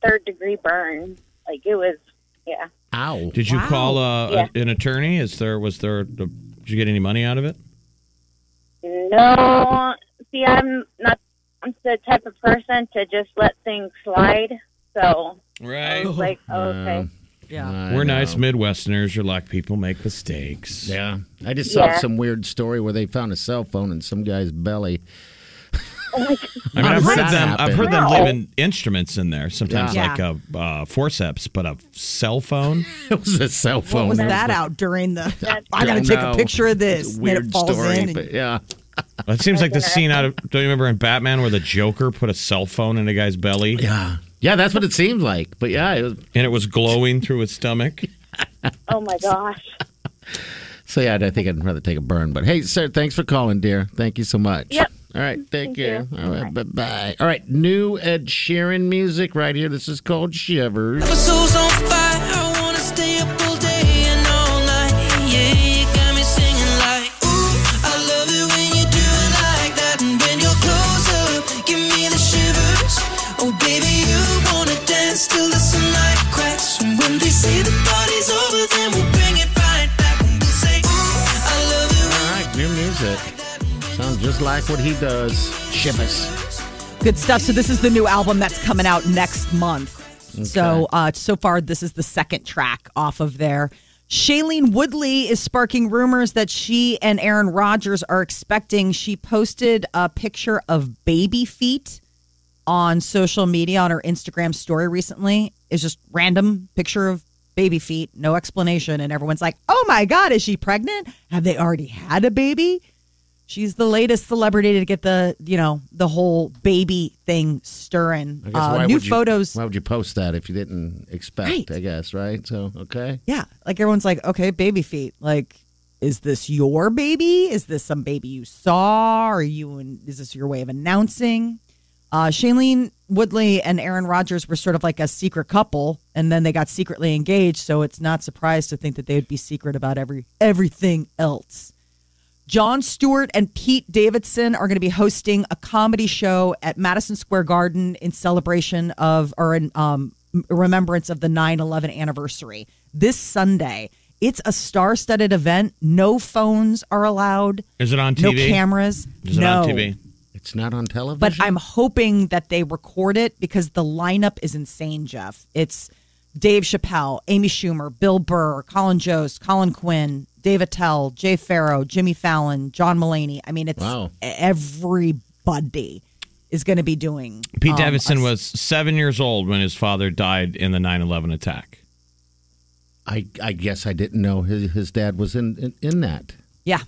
third degree burn. Like it was yeah.
Ow.
Did you
Wow.
call uh,
Yeah.
an attorney? Is there was there? Did you get any money out of it?
No, see I'm not I'm the type of person to just let things slide. So I
Right.
was like, oh, okay.
Oh, uh, I
We're
know.
nice Midwesterners. You're like people make mistakes.
Yeah. I just saw
Yeah.
some weird story where they found a cell phone in some guy's belly.
I mean,
How
I've
does
heard of
that
them. I've
happen?
heard them
No.
leaving instruments in there sometimes,
Yeah.
like a uh, forceps, but a cell phone.
It was a cell phone.
What was
It
that
the-
out during the?
That's-
I gotta
Don't
take
know.
a picture of this. and then
Weird
it falls
story,
in. and-
but yeah.
It seems like the scene out of. Don't you remember in Batman where the Joker put a cell phone in a guy's belly
Yeah. Yeah, that's what it seemed like. But yeah, it was,
and it was glowing through his stomach?
Oh my gosh.
so yeah, I think I'd rather take a burn. But hey, sir, thanks for calling, dear. Thank you so much.
Yep.
All right, thank,
Thank
you.
you.
All right, bye bye. All right, new Ed Sheeran music right here. This is called Shivers.
My soul's on fire. I wanna stay up all day and all night. Yeah, you got me singing like, ooh, I love it when you do it like that. And when you're close up, give me the shivers. Oh, baby, you wanna dance till the sunlight cracks. And when they say the party's over, then we'll bring it right back. And we'll say, ooh, I love it
All
when
right, new music. Sounds just like what he does. Shivers.
Good stuff. So this is the new album that's coming out next month. So uh, so far, this is the second track off of there. Shailene Woodley is sparking rumors that she and Aaron Rodgers are expecting. She posted a picture of baby feet on social media on her Instagram story recently. It's just random picture of baby feet, no explanation, and everyone's like, "Oh my god, is she pregnant? Have they already had a baby?" She's the latest celebrity to get the you know the whole baby thing stirring.
I guess
Uh, new
would you,
photos,
Why would you post that if you didn't expect?
Right.
I guess right. So okay.
yeah. Like everyone's like, okay, baby feet. Like, is this your baby? Is this some baby you saw? Are you? And is this your way of announcing? Uh, Shailene Woodley and Aaron Rodgers were sort of like a secret couple, and then they got secretly engaged. So it's not surprised to think that they would be secret about every everything else. John Stewart and Pete Davidson are going to be hosting a comedy show at Madison Square Garden in celebration of or in um, remembrance of the 9 11 anniversary this Sunday. It's a star studded event. No phones are allowed,
Is it on TV?
no cameras.
Is it
no.
on TV?
It's not on television.
But I'm hoping that they record it because the lineup is insane, Jeff. It's Dave Chappelle, Amy Schumer, Bill Burr, Colin Jost, Colin Quinn, Dave Attell, Jay Farrow, Jimmy Fallon, John Mulaney. I mean, it's e-,
Wow.
everybody is going to be doing.
Pete
um,
Davidson
a-
was seven years old when his father died in the 9 11 attack.
I I guess I didn't know his his dad was in in, in that.
Yeah.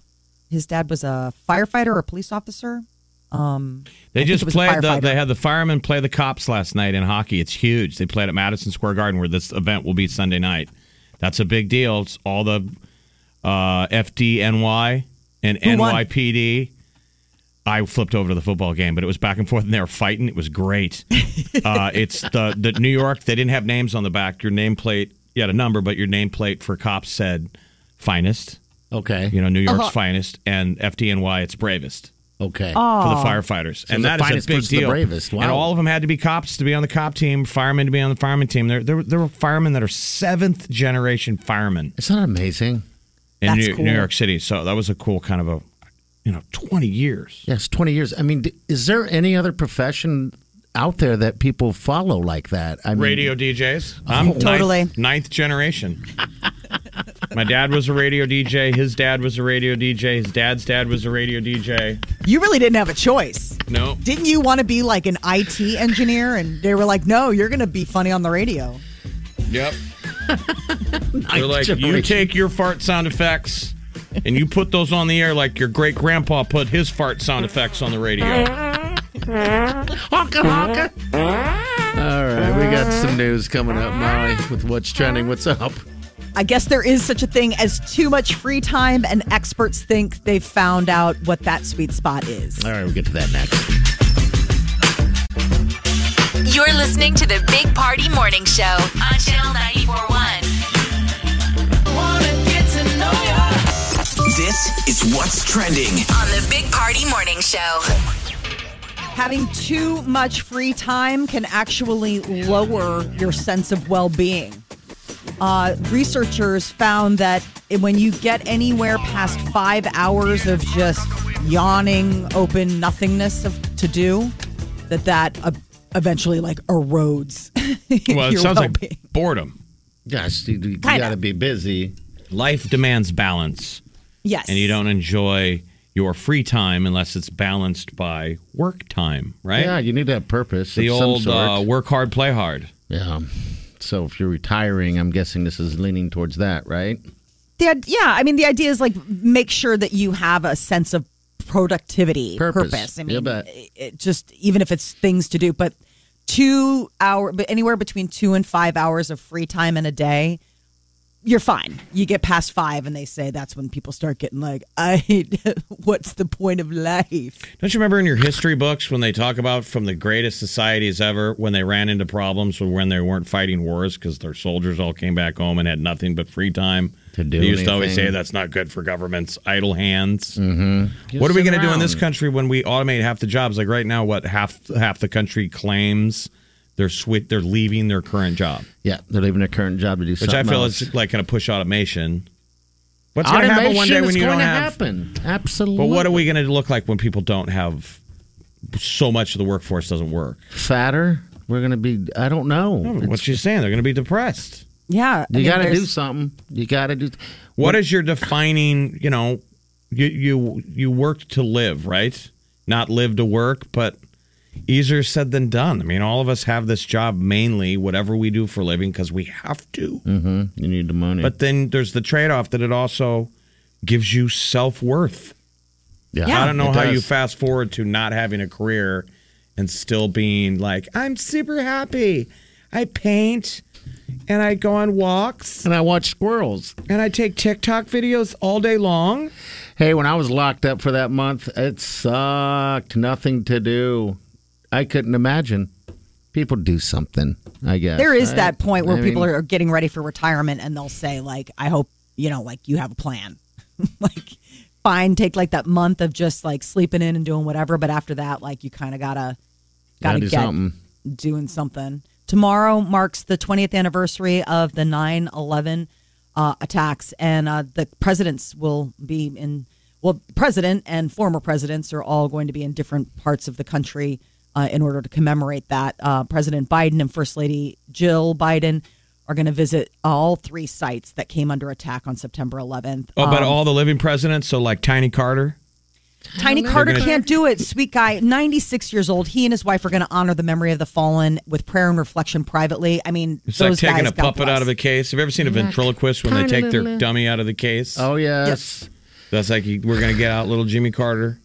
His dad was a firefighter or a police officer. Um,
They
think it
just
was a
played the,
firefighter.
they had the firemen play the cops last night in hockey. It's huge. They played at Madison Square Garden where this event will be Sunday night. That's a big deal. It's all the uh, FDNY and
Who won?
NYPD. I flipped over to the football game, but it was back and forth, and they were fighting. It was great. uh, it's the the New York. They didn't have names on the back. Your nameplate, you had a number, but your nameplate for cops said finest.
Okay.
You know, New
Uh-huh.
York's finest, and FDNY, it's bravest
Okay.
for the firefighters, and
the
that is
finest
a big
versus the
deal.
bravest. Wow.
And all of them had to be cops to be on the cop team, firemen to be on the fireman team. There, there, there were firemen that are seventh generation firemen
It's not amazing.
in
That's
New,
cool.
New York City. So that was a cool kind of a, you know, twenty years.
Yes, twenty years. I mean, d- is there any other profession out there that people follow like that? I mean, Oh,
Radio DJs. I'm ninth-
Totally.
ninth generation. My dad was a radio DJ. His dad was a radio DJ. His dad's dad was a radio DJ.
you really didn't have a choice.
No.
Didn't you want to be like an IT engineer? And they were like, no, you're going to be funny on the radio.
Yep. They're like, you
generation.
take your fart sound effects and you put those on the air like your great grandpa put his fart sound effects on the
Mm-hmm.
radio.
Honka honka. All right, we got some news coming up, Molly, with what's trending. What's up?
I guess there is such a thing as too much free time, and experts think they've found out what that sweet spot is.
All right, we'll get to that next.
You're listening to the Big Party Morning Show on Channel 941.
This is what's trending.
On the Big Party Morning Show.
Having too much free time can actually lower your sense of well being. Uh, researchers found that when you get anywhere past five hours of just yawning, open nothingness of, to do, that that uh, eventually like erodes
Well, it
your
sounds
well-being.
like boredom.
Yes, you, you got to be busy.
Life demands balance,
yes,
and you don't enjoy your free time unless it's balanced by work time, right?
Yeah, you need to have purpose.
the
of some
old
sort.
uh, work hard, play hard.
yeah. So if you're retiring, I'm guessing this is leaning towards that, right?
the id- yeah i mean the idea is like make sure that you have a sense of productivity
Purpose.
i
You
mean
bet.
it- it just even if it's things to do but two hour but anywhere between two and five hours of free time in a day you're fine. You get past five, and they say that's when people start getting like, I, what's the point of life?
Don't you remember in your history books when they talk about from the greatest societies ever when they ran into problems with when they weren't fighting wars because their soldiers all came back home and had nothing but free time?
To do
they used to always
anything. Mm-hmm.
say that's not good for governments, idle hands. Hmm. What are we
sit
going to do in this
around.
country when we automate half the jobs? Like right now, what half half the country claims they're swi they're leaving their current job,
Yeah, they're leaving their current job to do
which
something
I feel
else.
is like going to push automation. What's going to
Automation
happen one day when
is
you
going
don't
to
have?
happen. Absolutely.
But what are we going to look like when people don't have so much of the workforce doesn't work?
fatter? We're going to be. I don't know.
What she's saying, they're going to be depressed.
Yeah, I
you
mean,
got to
there's-
do something. You got to do.
What is your defining? You know, you you you worked to live, right? Not live to work, but easier said than done. I mean, all of us have this job mainly, whatever we do for a living, because we have to.
hmm You need the money.
But then there's the trade off that it also gives you self worth. I don't know
it
how
does.
you fast forward to not having a career and still being like, I'm super happy. I paint and I go on walks
and I watch squirrels.
and I take TikTok videos all day long.
Hey, when I was locked up for that month, it sucked. Nothing to do. I couldn't imagine. People do something, I guess.
there is
I-
that point where
I
people
mean,
are getting ready for retirement and they'll say like i hope you know like you have a plan like fine take like that month of just like sleeping in and doing whatever but after that like you kind of gotta gotta
gotta do
get
something.
doing something tomorrow marks the 20th anniversary of the 9-11 uh, attacks and uh, the presidents will be in well president and former presidents are all going to be in different parts of the country uh, in order to commemorate that uh, president biden and first lady jill biden are going to visit all three sites that came under attack on september 11th
Oh, but
Um,
all the living presidents, so like Tiny Carter.
Tiny Carter
gonna-
can't do it. Sweet guy, 96 years old. He and his wife are going to honor the memory of the fallen with prayer and reflection privately. I mean,
It's
those
like taking
guys,
a puppet out of a case. Have you ever seen a ventriloquist when they take their dummy out of the case?
Oh, yes.
That's like you- we're gonna get out little Jimmy Carter,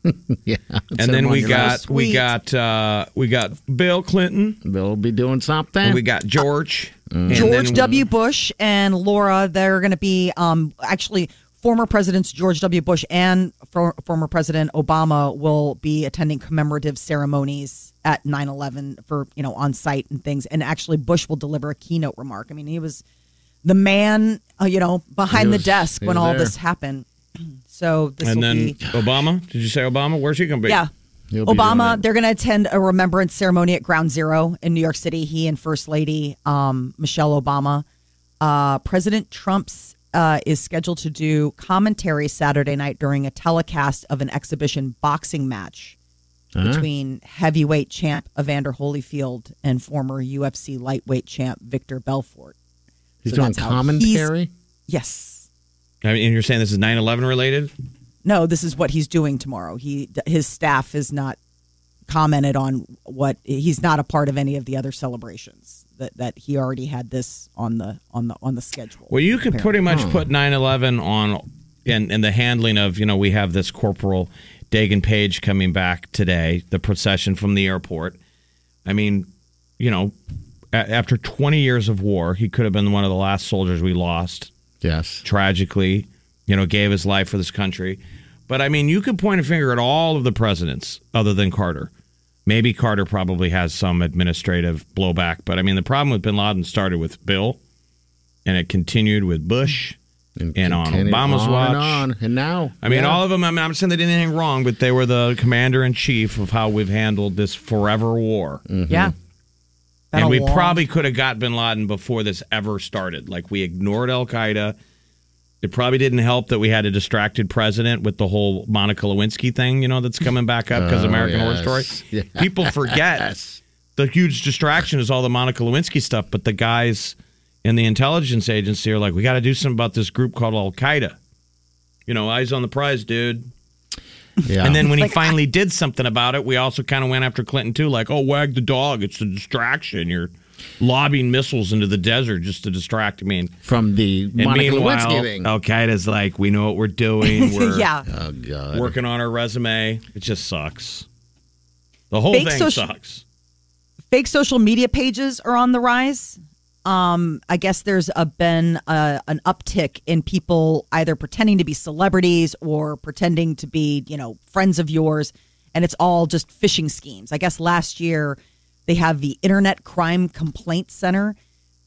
Yeah.
and then we
Ceremonial.
got we
Sweet.
got uh, we got Bill Clinton,
They'll be doing something.
and we got George, and
Uh, George
then-
W. Bush and Laura, they're going to be um, actually former presidents George W. Bush and for, former President Obama will be attending commemorative ceremonies at 9/11 for you know on site and things. And actually, Bush will deliver a keynote remark. I mean, he was the man, uh, you know, behind
He
the
was-
desk
he
when
was
all
there.
this happened. So this
And
will
then
be
Obama? Did you say Obama? Where's he going to be?
yeah.
He'll be
Obama,
doing
they're going to attend a remembrance ceremony at Ground Zero in New York City. He and First Lady um, Michelle Obama. Uh, President Trump's uh, is scheduled to do commentary Saturday night during a telecast of an exhibition boxing match
Uh-huh.
between heavyweight champ Evander Holyfield and former UFC lightweight champ Victor Belfort.
He's
So
doing
that's how
commentary.
Yes.
I mean, and you're saying this is 9 11 related?
No, this is what he's doing tomorrow. He his staff has not commented on what he's not a part of any of the other celebrations that that he already had this on the on the on the schedule.
Well, you could pretty much put 9 11 on and, and the handling of, you know, we have this Corporal Dagan Page coming back today, the procession from the airport. I mean, you know, a- after 20 years of war, he could have been one of the last soldiers we lost.
Yes.
tragically, you know, gave his life for this country. But I mean, you could point a finger at all of the presidents other than Carter. Maybe Carter probably has some administrative blowback, but I mean, the problem with bin Laden started with Bill and it continued with Bush. And on
Continue
Obama's
on
watch.
And, on. and now.
I mean,
yeah.
all of them, I'm not saying they did anything wrong, but they were the commander in chief of how we've handled this forever war.
yeah. Been
And
a
we
long-
probably could have got bin Laden before this ever started. Like we ignored Al Qaeda. It probably didn't help that we had a distracted president with the whole Monica Lewinsky thing, you know, that's coming back up because
Oh,
American Horror
yes.
Story. People forget the huge distraction is all the Monica Lewinsky stuff, but the guys in the intelligence agency are like, we got to do something about this group called Al Qaeda. You know, eyes on the prize, dude.
Yeah.
And then when he finally did something about it, we also kind of went after Clinton too, like, oh, wag the dog. It's a distraction. You're lobbing missiles into the desert just to distract me. And,
from the
and
Monica
meanwhile, oh.
Lewinsky thing.
Al Qaeda's like, we know what we're doing. We're
yeah.
Oh, God.
working on our resume. It just sucks. The whole
Fake
thing
social-
sucks.
Fake social media pages are on the rise. um, I guess there's a, been a, an uptick in people either pretending to be celebrities or pretending to be, you know, friends of yours, and it's all just phishing schemes. I guess last year they have the Internet Crime Complaint Center.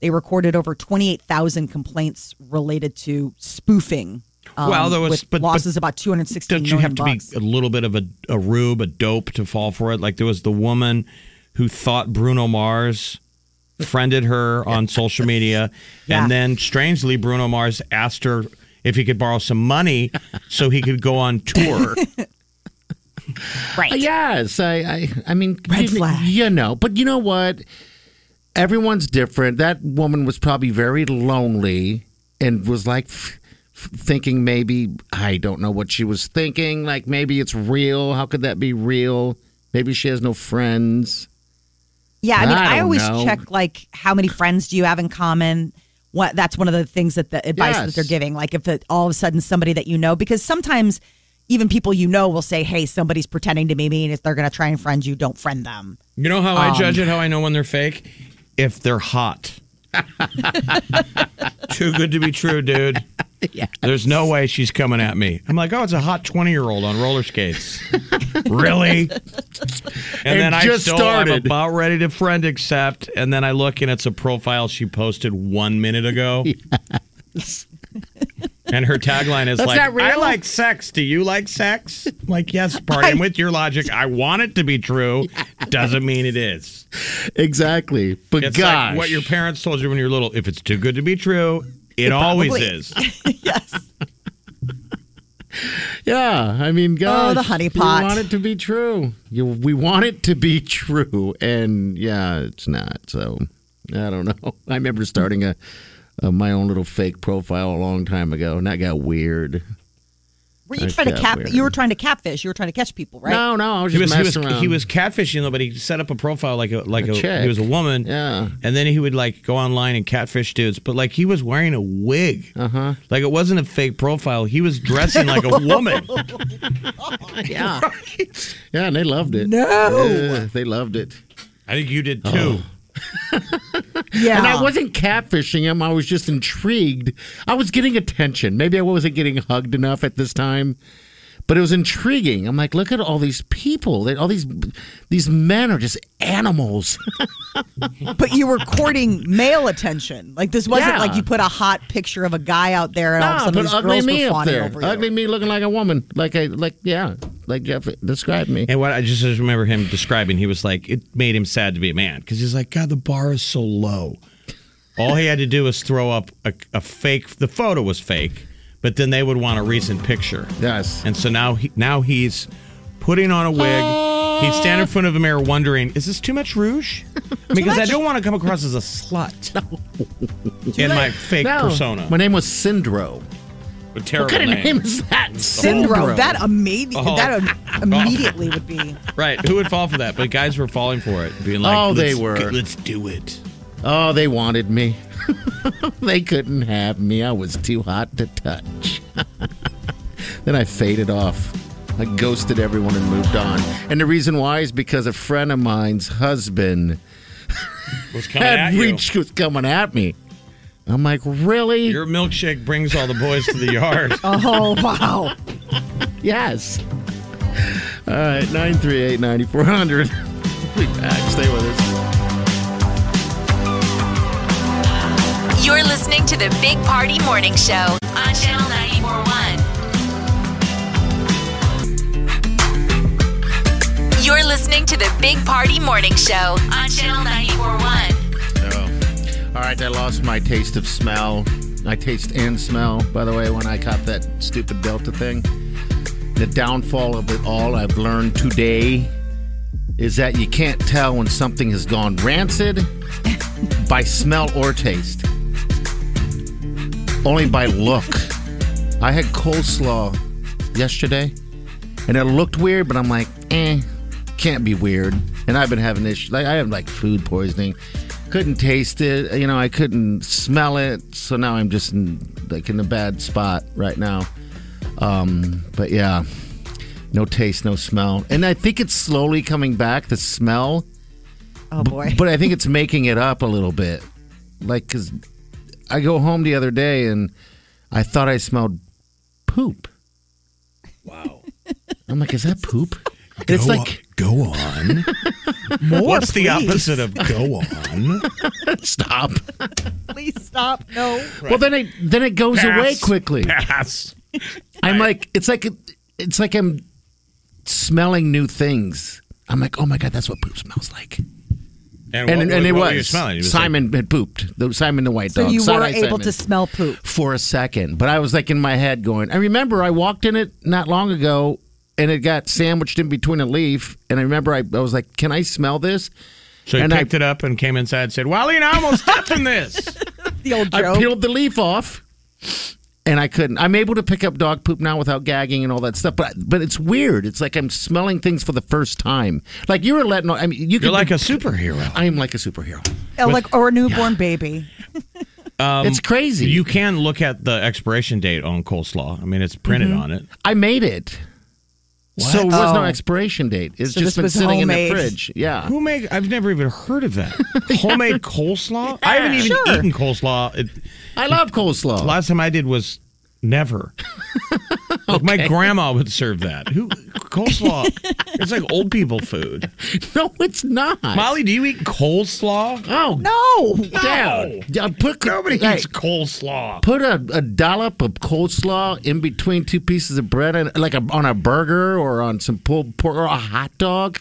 They recorded over 28,000 complaints related to spoofing. Um,
Well, there was-
with
but- but
losses about 260
Don't you have to
bucks.
be a little bit of a, a rube, a dope to fall for it? Like there was the woman who thought Bruno Mars friended her on social media.
Yeah.
And then strangely, Bruno Mars asked her if he could borrow some money so he could go on tour.
Uh, Yes, I, I, I mean,
Red
you,
flag.
you know, but you know what? Everyone's different. That woman was probably very lonely and was like f- f- thinking maybe I don't know what she was thinking. Like maybe it's real. How could that be real? Maybe she has no friends.
Yeah, I mean,
I
I,
don't
always
know.
check like how many friends do you have in common. What that's one of the things that the advice that
Yes.
they're giving. Like if it, all of a sudden somebody that you know, because sometimes even people you know will say, "Hey, somebody's pretending to be me," and if they're going to try and friend you, don't friend them.
You know how I
Um,
judge it, how I know when they're fake? If they're hot. Too good to be true, dude. There's no way she's coming at me. I'm like, oh, it's a hot 20 year old on roller skates. really? And then I
just
still, I'm
started.
about ready to friend accept, and then I look and it's a profile she posted one minute ago. And her tagline is like,
not real?
"I like sex. Do you like sex?" I'm like, yes, party. And with your logic, I want it to be true. Doesn't mean it is.
Exactly. But
It's
gosh,
like what your parents told you when you were little. If it's too good to be true, it, always
probably-
is.
yes,
yeah, I mean, gosh,
Oh, the honey
you
pot.
want it to be true. You, we want it to be true, and yeah, it's not. So I don't know. I remember starting a, a my own little fake profile a long time ago, and that got weird.
were you
That's
trying to
got
cap?
weird.
You were trying to catfish. You were trying to catch people, right?
No, no, I was
He
just
was, he was
messing around.
he was catfishing though, but he set up a profile like a like
A
a,
chick.
he was a woman.
yeah,
And then he would like go online and catfish dudes, but like he was wearing a wig.
uh huh.
Like it wasn't a fake profile. He was dressing like a woman.
Yeah. Yeah, and they loved it. No. they loved it.
I think you did too.
Oh.
Yeah,
And I wasn't catfishing him. I was just intrigued. I was getting attention. Maybe I wasn't getting hugged enough at this time, but it was intriguing. I'm like, look at all these people. They, all these these men are just animals.
but you were courting male attention. Like this wasn't
Yeah.
like you put a hot picture of a guy out there and all of a
Nah,
sudden
put
these
Ah, ugly
girls
me
were
up
fawning
there.
over you.
Ugly me looking like a woman. Like I like yeah. Like Jeff described me.
And what I just, just remember him describing, he was like, it made him sad to be a man because he's like, God, the bar is so low. All he had to do was throw up a, a fake. The photo was fake, but then they would want a recent picture,
Yes.
and so now he, now he's putting on a wig. He'd stand in front of a mirror, wondering, is this too much rouge? Because I don't want to come across as a slut in my fake
No.
persona.
My name was Syndro.
A terrible
What kind of
name.
name is that?
Syndrome. That immediately.
Oh.
That im- immediately would be.
Right? Who would fall for that? But guys were falling for it, being like,
Oh, they
"Let's-
were.
Let's do it.
Oh, they wanted me. they couldn't have me. I was too hot to touch. then I faded off. I ghosted everyone and moved on. And the reason why is because a friend of mine's husband
Was coming at
had
you.
reached was coming at me. I'm like, really?
Your milkshake brings all the boys to the yard.
Oh wow.
yes. All right, 938 9400. Be back. Stay with us.
You're listening to the Big Party Morning Show on Channel 941. You're listening to the Big Party Morning Show on Channel 941.
All right, I lost my taste of smell. I taste and smell, by the way, when I caught that stupid Delta thing. The downfall of it all I've learned today is that you can't tell when something has gone rancid by smell or taste, only by look. I had coleslaw yesterday and it looked weird, but I'm like, eh, can't be weird. And I've been having issues. Like I have like food poisoning. Couldn't taste it. You know, I couldn't smell it. So now I'm just in, like in a bad spot right now. Um, but yeah, no taste, no smell. And I think it's slowly coming back. The smell,
Oh boy.
but I think it's making it up a little bit. Like, because I go home the other day and I thought I smelled poop.
Wow.
I'm like, is that poop? And it's
Go
like,
on- go on.
More,
What's the
please.
opposite of
go on.
stop.
Please stop. No.
Well, then it then it goes
Pass.
away quickly.
pass?
I'm like, it's like it's like I'm smelling new things. I'm like, oh my god, that's what poop smells like. And and, it
what
was,
were you smelling? It was like-
Simon had pooped. The, Simon the white
So
dog.
you were
Side-eye
able to
Simon.
smell poop.
for a second, but I was like in my head going, I remember I walked in it not long ago and it got sandwiched in between a leaf. And I remember I, I was like, Can I smell this?
so he
and I-
picked it up and came inside and said, Wally, I almost stepped in this.
The old
I
joke.
peeled the leaf off and I couldn't. I'm able to pick up dog poop now without gagging and all that stuff, but but it's weird. It's like I'm smelling things for the first time. Like you were letting, I mean, you could
You're like a superhero.
I am like a superhero.
Oh, like or a newborn baby.
it's crazy.
Um, You can look at the expiration date on coleslaw. I mean, it's printed
Mm-hmm.
on it.
I made it. So it was no
Oh.
expiration date. It's
So this
just been
was
sitting
homemade.
in the fridge. Yeah.
Who make? I've never even heard of that. Homemade coleslaw? I haven't even
Sure.
eaten coleslaw. It,
I love coleslaw.
last time I did was never. Like my grandma would serve that. Who coleslaw? it's like old people food.
No, it's not.
Molly, do you eat coleslaw?
oh,
No.
down. Yeah, put,
Nobody
hey,
eats coleslaw.
put a, a dollop of coleslaw in between two pieces of bread, and, like a, on a burger or on some pulled pork or a hot dog.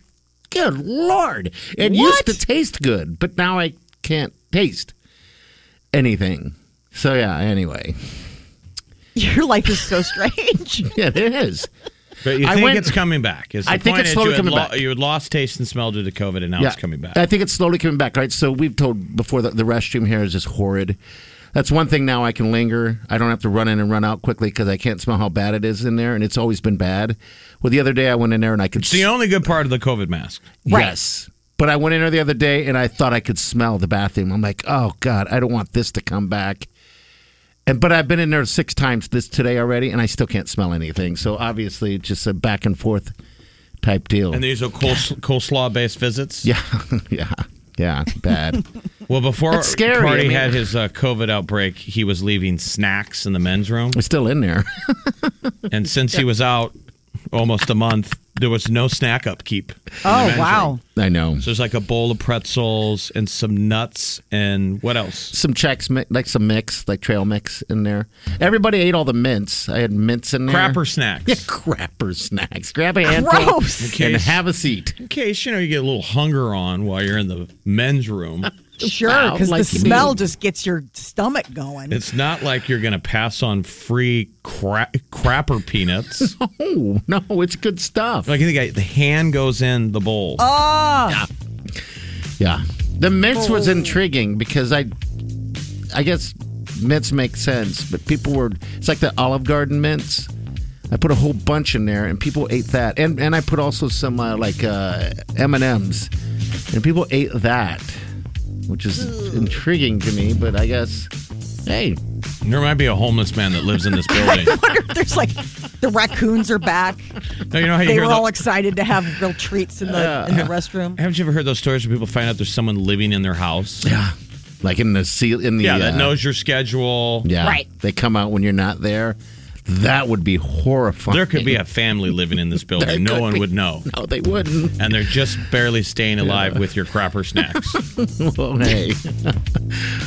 Good lord! It used to taste good, but now I can't taste anything. So yeah. Anyway,
Your life is so strange.
yeah, it is.
But you
I
think
went-
it's coming back? Is the
I think
point
it's
is
slowly
you had
coming
lo-
back.
You had lost taste and smell due to COVID, and now it's coming back.
I think it's slowly coming back, right? So we've told before that the restroom here is just horrid. That's one thing now I can linger. I don't have to run in and run out quickly because I can't smell how bad it is in there, and it's always been bad. Well, the other day I went in there and I could
it's the
s-
only good part of the COVID mask.
yes, but I went in there the other day and I thought I could smell the bathroom. I'm like, oh god, I don't want this to come back. And but I've been in there six times this today already, and I still can't smell anything. So obviously, it's just a back and forth type deal.
And these are coles- coleslaw-based visits.
yeah, yeah, yeah, bad.
Well, before
That's scary.
Cardi
I mean-
had his uh, COVID outbreak, he was leaving snacks in the men's room,
It's still in there.
and since he was out almost a month, there was no snack upkeep. in the
Oh
men's
wow.
room.
I know.
So there's like a bowl of pretzels and some nuts and what else?
Some checks, mi- like some mix, like trail mix in there. Everybody ate all the mints. I had mints in there.
Crapper snacks.
Yeah, crapper snacks. Grab a handful
Gross.
and
Case.
have a seat.
In case you know you get a little hunger on while you're in the men's room.
Sure, because
Like
the
you
smell
mean.
just gets your stomach going.
It's not like you're going to pass on free cra- crapper peanuts.
Oh no, it's good stuff.
like I think I, the hand goes in the bowl.
Oh.
yeah, the mints was intriguing because I, I guess mints make sense, but people were. It's like the Olive Garden mints. I put a whole bunch in there, and people ate that, and and I put also some uh, like uh, M and M's, and people ate that, which is intriguing to me. But I guess, hey,
There might be a homeless man that lives in this building.
wonder if there's like the raccoons are back.
No, you know how you
They
hear
were
the-
all excited to have real treats in the in the restroom.
Haven't you ever heard those stories where people find out there's someone living in their house? Yeah,
like in the seal in the
that
uh,
knows your schedule.
yeah,
Right.
They come out when you're not there. That would be horrifying.
There could be a family living in this
There
building. no
could
one
be.
would know.
No, they wouldn't.
And they're just barely staying alive with your crapper snacks.
Well, hey.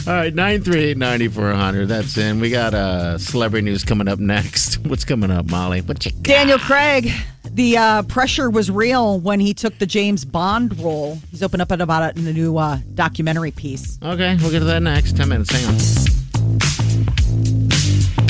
All right, 938 9400. That's in. We got uh, celebrity news coming up next. What's coming up, Molly? What you got?
Daniel Craig, the uh, pressure was real when he took the James Bond role. He's opened up about it in the new uh, documentary piece.
Okay, we'll get to that next. 10 minutes. Hang on.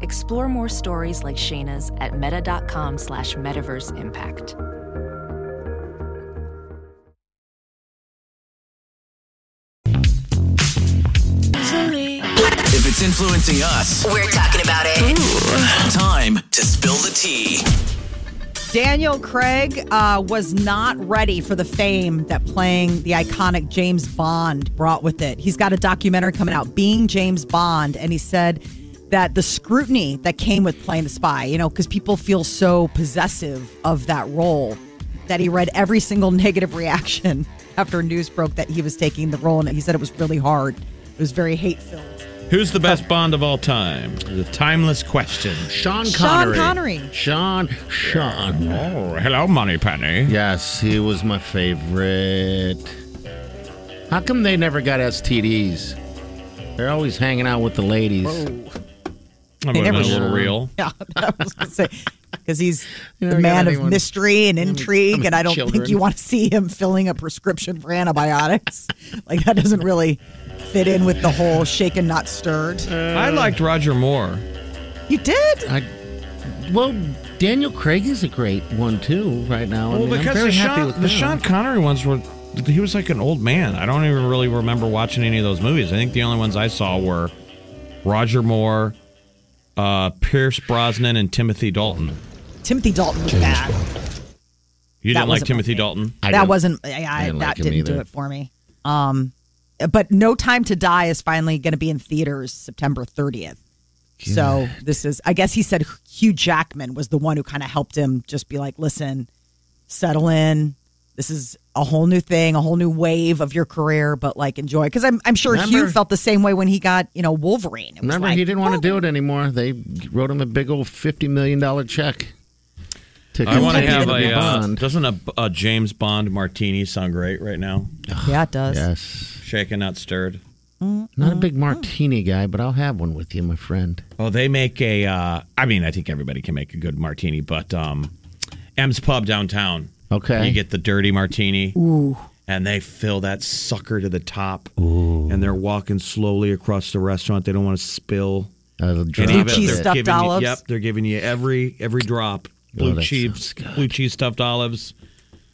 Explore more stories like Shayna's at meta.com slash metaverse impact.
If it's influencing us,
We're talking about it.
time to spill the tea.
Daniel Craig uh, was not ready for the fame that playing the iconic James Bond brought with it. He's got a documentary coming out, Being James Bond, and he said that the scrutiny that came with playing the spy, you know, because people feel so possessive of that role, that he read every single negative reaction after news broke that he was taking the role, and he said it was really hard. It was very hate filled.
Who's the best Bond of all time? The timeless question.
Sean
Sean
Connery.
Connery.
Sean. Sean.
Oh, hello, Money Penny.
Yes, he was my favorite. How come they never got STDs? They're always hanging out with the ladies.
Oh. I
They
would have been a
never
little
should.
real.
Yeah, I was going to say because he's
You
the
never got
man of
anyone-
mystery and intrigue, and I don't think
children.
you want to see him filling a prescription for antibiotics. like that doesn't really fit in with the whole shaken not stirred.
I liked Roger Moore.
you did.
I, well, Daniel Craig is a great one too right now. I
Well,
mean, I'm
because
very
the
happy
Sean,
with
the
him.
Sean Connery ones were, he was like an old man. I don't even really remember watching any of those movies. I think the only ones I saw were Roger Moore, uh, Pierce Brosnan, and Timothy Dalton.
Timothy Dalton was bad.
You
That
didn't like
wasn't my
Timothy
thing.
Dalton?
I
that
didn't-
wasn't. I, I,
I didn't
that
like him
didn't do
either.
it for me. Um, but No Time to Die is finally going to be in theaters September 30th. So this is, I guess he said Hugh Jackman was the one who kind of helped him just be like, listen, settle in. This is a whole new thing, a whole new wave of your career, but like enjoy. Because I'm, I'm sure Hugh
Remember-
felt the same way when he got, you know, Wolverine. It was
Remember,
like,
he didn't want to do it anymore. They wrote him a big old fifty million dollar check. To
I want to
continue
have
to be
a. Uh,
Bond.
doesn't a, a James Bond martini sound great right now?
Yeah, it does.
yes,
Shaken, not stirred.
not a
Oh.
big martini guy, but I'll have one with you, my friend.
Oh, they make a. Uh, I mean, I think everybody can make a good martini, but um, M's Pub downtown.
Okay.
You get the dirty martini. And they fill that sucker to the top. And they're walking slowly across the restaurant. They don't want to spill.
Uh, the
any
drop
of it.
cheese
of
They're
it.
giving
stuff. stuffed
you-
olives. Oh,
yep, they're giving you every every drop. Blue
that
cheese, blue cheese stuffed olives.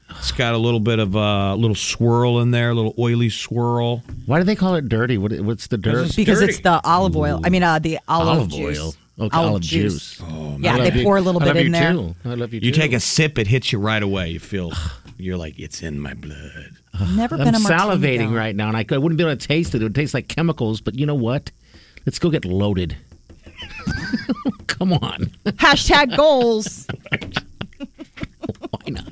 It's got a little bit of a uh, little swirl in there, a little oily swirl.
Why do they call it dirty? What, what's the dirt?
it's
because
dirty.
it's the olive oil. I mean, uh, the olive,
Olive
juice.
oil. Okay, olive juice. Oh,
yeah,
I
they
love you.
pour a little
I
bit
love
in
you
there.
Too. I love you.
You
too.
take a sip, it hits you right away. You feel, you're like, it's in my blood.
Never
I'm
been a martini
salivating
gal.
right now, and I, I wouldn't be able to taste it. It would taste like chemicals. But you know what? Let's go get loaded. Come on,
Hashtag goals.
why not?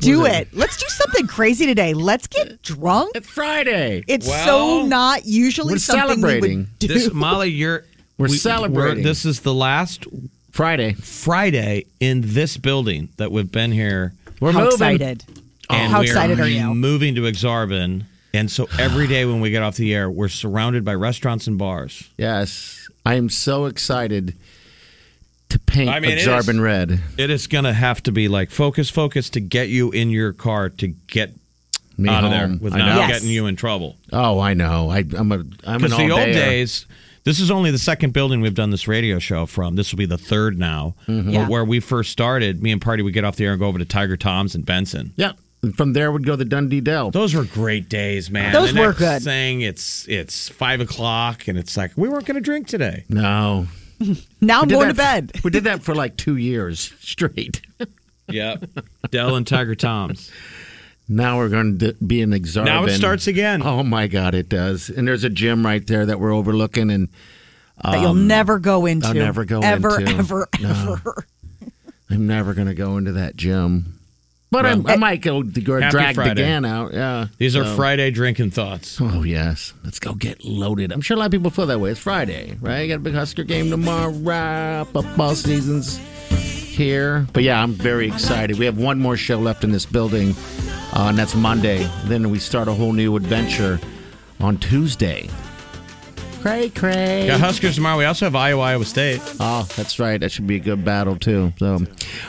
do it. Let's do something crazy today. Let's get drunk.
It's Friday.
It's
Well,
so not usually
we're
something we
celebrating.
would do.
This Molly, you're
We're celebrating.
this is the last
Friday.
Friday in this building that we've been here.
We're
How
moving.
excited!
and
Oh, How
we
excited are you?
Moving to Exarban, and so every day when we get off the air, we're surrounded by restaurants and bars.
Yes, I am so excited to paint
I mean, it is-
Exarban red.
It is going to have to be like focus, focus to get you in your car to get
Me
out
home.
of there
I know.
without
Yes.
getting you in trouble.
Oh, I know. I, I'm a. I'm an
Because
all
the old
dayer.
days, this is only the second building we've done this radio show from. This will be the third now.
Mm-hmm.
But
Yeah.
where we first started, me and Party would get off the air and go over to Tiger Tom's and Benson.
Yeah. And from there would go the Dundee Dell.
Those were great days, man.
Those
the
were
next
good.
Thing it's it's five o'clock and it's like we weren't going to drink today.
No.
Now I'm
We did
going to
that-
bed.
We did that for like two years straight.
Yep, Dell and Tiger Tom's.
Now we're going to be in Exarban.
Now it starts again.
Oh my God, it does. And there's a gym right there that we're overlooking, and
that you'll never go into.
um, I'll never go
ever,
into.
ever,
No.
ever.
I'm never going to go into that gym. But I'm, I might go to go
Happy
drag the
Friday.
gan out. Yeah.
These are
So-
Friday drinking thoughts.
Oh yes, let's go get loaded. I'm sure a lot of people feel that way. It's Friday, right? You got a big Husker game tomorrow. Football season's here, but yeah, I'm very excited. We have one more show left in this building Uh, and that's Monday. Then we start a whole new adventure on Tuesday. Cray, cray.
Got Huskers tomorrow. We also have Iowa, Iowa State.
Oh, that's right. That should be a good battle, too. So, All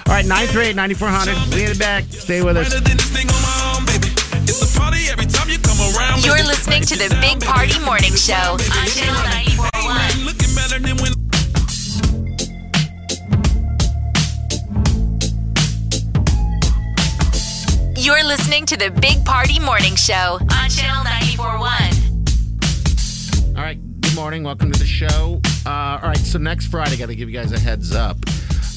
right, 938 9400. We'll be back. Stay with us.
You're listening to the Big Party Morning Show on Channel 941. You're listening to the Big Party Morning Show on Channel 941.
All right. Good morning. Welcome to the show. Uh, all right. So next Friday, got to give you guys a heads up.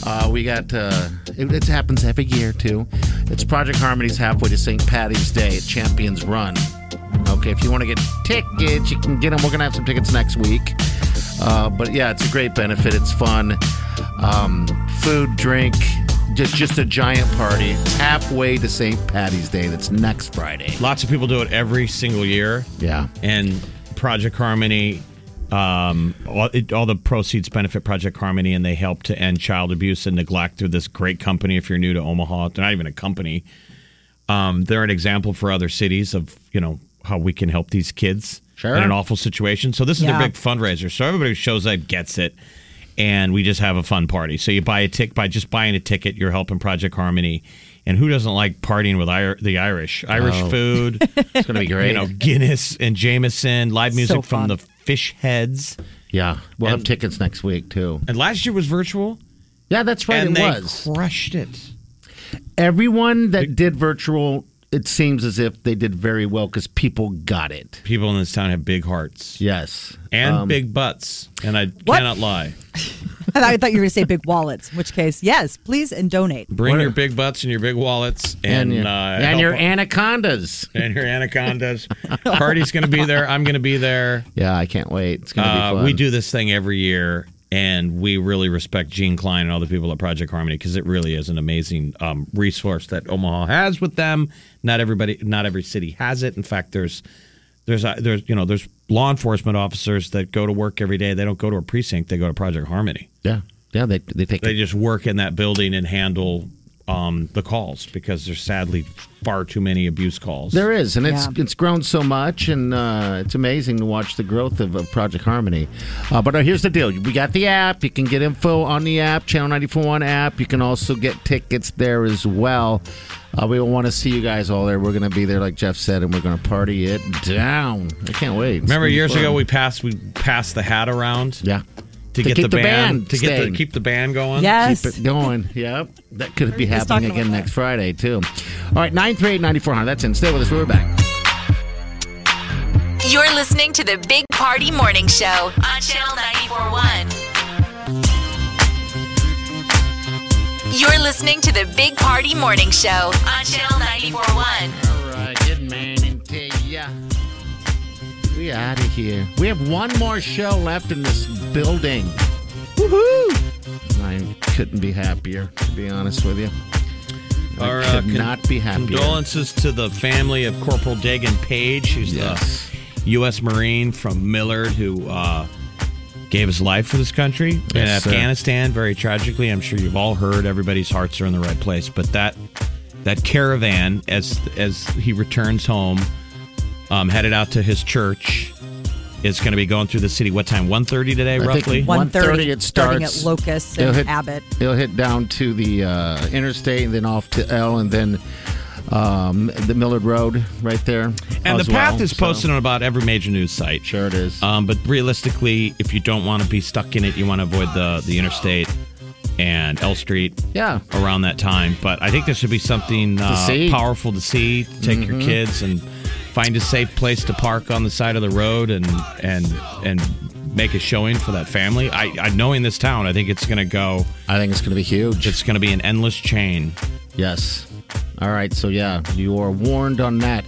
Uh, we got uh, it, it happens every year too. It's Project Harmony's halfway to St. Patty's Day at Champions Run. Okay, if you want to get tickets, you can get them. We're gonna have some tickets next week. Uh, but yeah, it's a great benefit. It's fun. Um, food, drink, just just a giant party halfway to St. Patty's Day. That's next Friday.
Lots of people do it every single year.
Yeah.
And Project Harmony, um, all, it, all the proceeds benefit Project Harmony, and they help to end child abuse and neglect through this great company. If you're new to Omaha, they're not even a company. Um, they're an example for other cities of you know how we can help these kids
Sure.
in an awful situation. So this is
Yeah.
their big fundraiser. So everybody who shows up gets it, and we just have a fun party. So you buy a tick by just buying a ticket, you're helping Project Harmony. And who doesn't like partying with Ir- the Irish? Irish
Oh.
food.
It's gonna be great.
You know, Guinness and Jameson, live music
So
from
fun.
the Fish Heads.
Yeah, we'll have tickets next week too.
And last year was virtual.
Yeah, that's right.
And
it
they
was
crushed it.
Everyone that did virtual, it seems as if they did very well because people got it.
People in this town have big hearts.
Yes.
And
Um,
big butts. And I
What?
cannot lie.
I thought- I thought you were going to say big wallets, in which case, yes, please and donate.
Bring your big butts and your big wallets and
And your-
uh,
and
help-
your anacondas.
and your anacondas. Party's going to be there. I'm going to be there.
Yeah, I can't wait. It's gonna
Uh,
be fun.
we do this thing every year, and we really respect Gene Klein and all the people at Project Harmony because it really is an amazing um, resource that Omaha has with them. Not everybody, not every city has it. In fact, there's there's uh, there's you know there's law enforcement officers that go to work every day. They don't go to a precinct. They go to Project Harmony.
Yeah, yeah. They they take
They just work in that building and handle um, the calls because there's sadly far too many abuse calls.
There is, and it's it's grown so much, and uh, it's amazing to watch the growth of, of Project Harmony. Uh, but uh, here's the deal: we got the app. You can get info on the app, Channel 941 app. You can also get tickets there as well. Uh, we want to see you guys all there. We're going to be there, like Jeff said, and we're going to party it down. I can't wait. It's gonna
Remember
be
years
fun.
ago we passed we passed the hat around.
Yeah.
To, get the, band, to get the,
staying.
keep the band going.
Keep it going. Yep. That could be
Just
happening
talking about
again next Friday, too. All right, 938 9400. That's in. Stay with us. We're back.
You're listening to the Big Party Morning Show on Channel 941. You're listening to the Big Party Morning Show on Channel 941.
All right, good morning to ya. We out of here. We have one more show left in this building. Woohoo! I couldn't be happier, to be honest with you. I
Our, uh,
could
con-
not be happier.
Condolences to the family of Corporal Dagan Page, who's the U.S. Marine from Millard, who uh, gave his life for this country in
Yes, sir.
Afghanistan. Very tragically, I'm sure you've all heard. Everybody's hearts are in the right place, but that that caravan, as as he returns home, um, headed out to his church, is going to be going through the city. What time? 1.30 today,
I think
roughly.
1:30 it
starting
starts.
at Locust and
It'll hit-
Abbott.
It'll hit down to the uh, interstate and then off to L and then um, the Millard Road right there.
And
as
the path
well,
is
so-
posted on about every major news site.
Sure it is.
Um, but realistically, if you don't want to be stuck in it, you want to avoid the the interstate and L Street.
Yeah.
Around that time, but I think there should be something uh,
see.
powerful to see. To take your
Mhm.
kids and find a safe place to park on the side of the road and and and make a showing for that family. I, I knowing this town, I think it's going to go.
I think it's going to be huge.
It's going to be an endless chain.
Yes. All right. So, yeah, you are warned on that.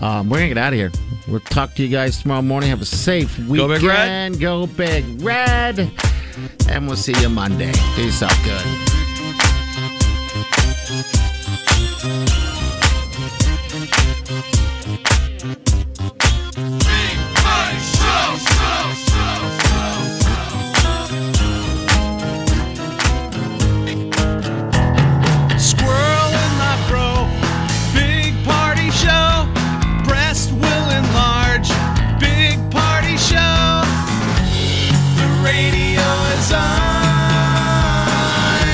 Um, we're going to get out of here. We'll talk to you guys tomorrow morning. Have a safe
Go
weekend.
Big Red.
Go Big Red. And we'll see you Monday. Peace out. Good.
Squirrel in my bro. Big party
radio is on.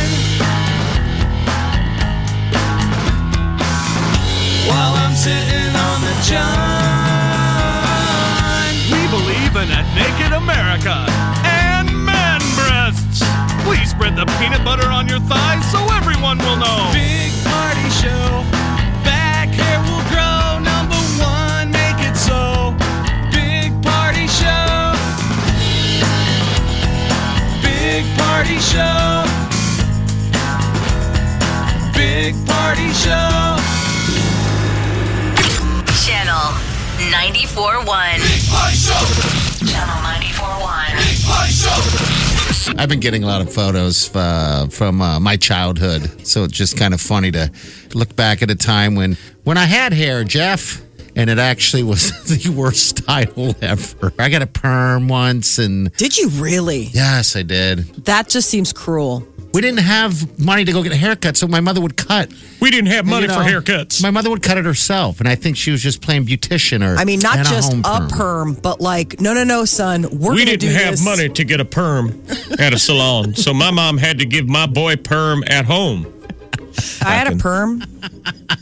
While I'm sitting on the john.
We believe in a naked America and man breasts. Please spread the peanut butter on your thighs so everyone will know.
Big party show. Back hair will grow. Number one, make it so. Big party show. Big party show. Big party show.
Channel 94.1. Channel 94.1.
I've been getting a lot of photos uh, from uh, my childhood, so it's just kind of funny to look back at a time when when I had hair, Jeff, and it actually was the worst style ever. I got a perm once, and
did you really?
Yes, I did.
That just seems cruel.
We didn't have money to go get a haircut, so my mother would cut.
We didn't have money for
haircuts. My mother would cut it herself, and I think she was just playing beautician or
I mean, not
and a
just
home
a perm, but like, no, no, no, son, we're gonna
we didn't
do
have
this.
money to get a perm at a salon, so my mom had to give my boy perm at home.
I had a perm.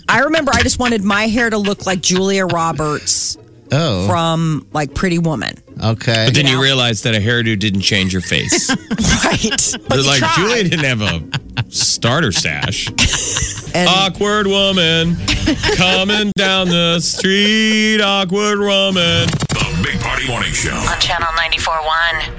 I remember I just wanted my hair to look like Julia Roberts
Oh.
from like Pretty Woman.
Okay.
But then
You
you
know?
realize that a hairdo didn't change your face.
right.
They're like, Julia didn't have a starter sash. awkward woman coming down the street. Awkward woman.
The Big Party Morning Show. On Channel 94.1.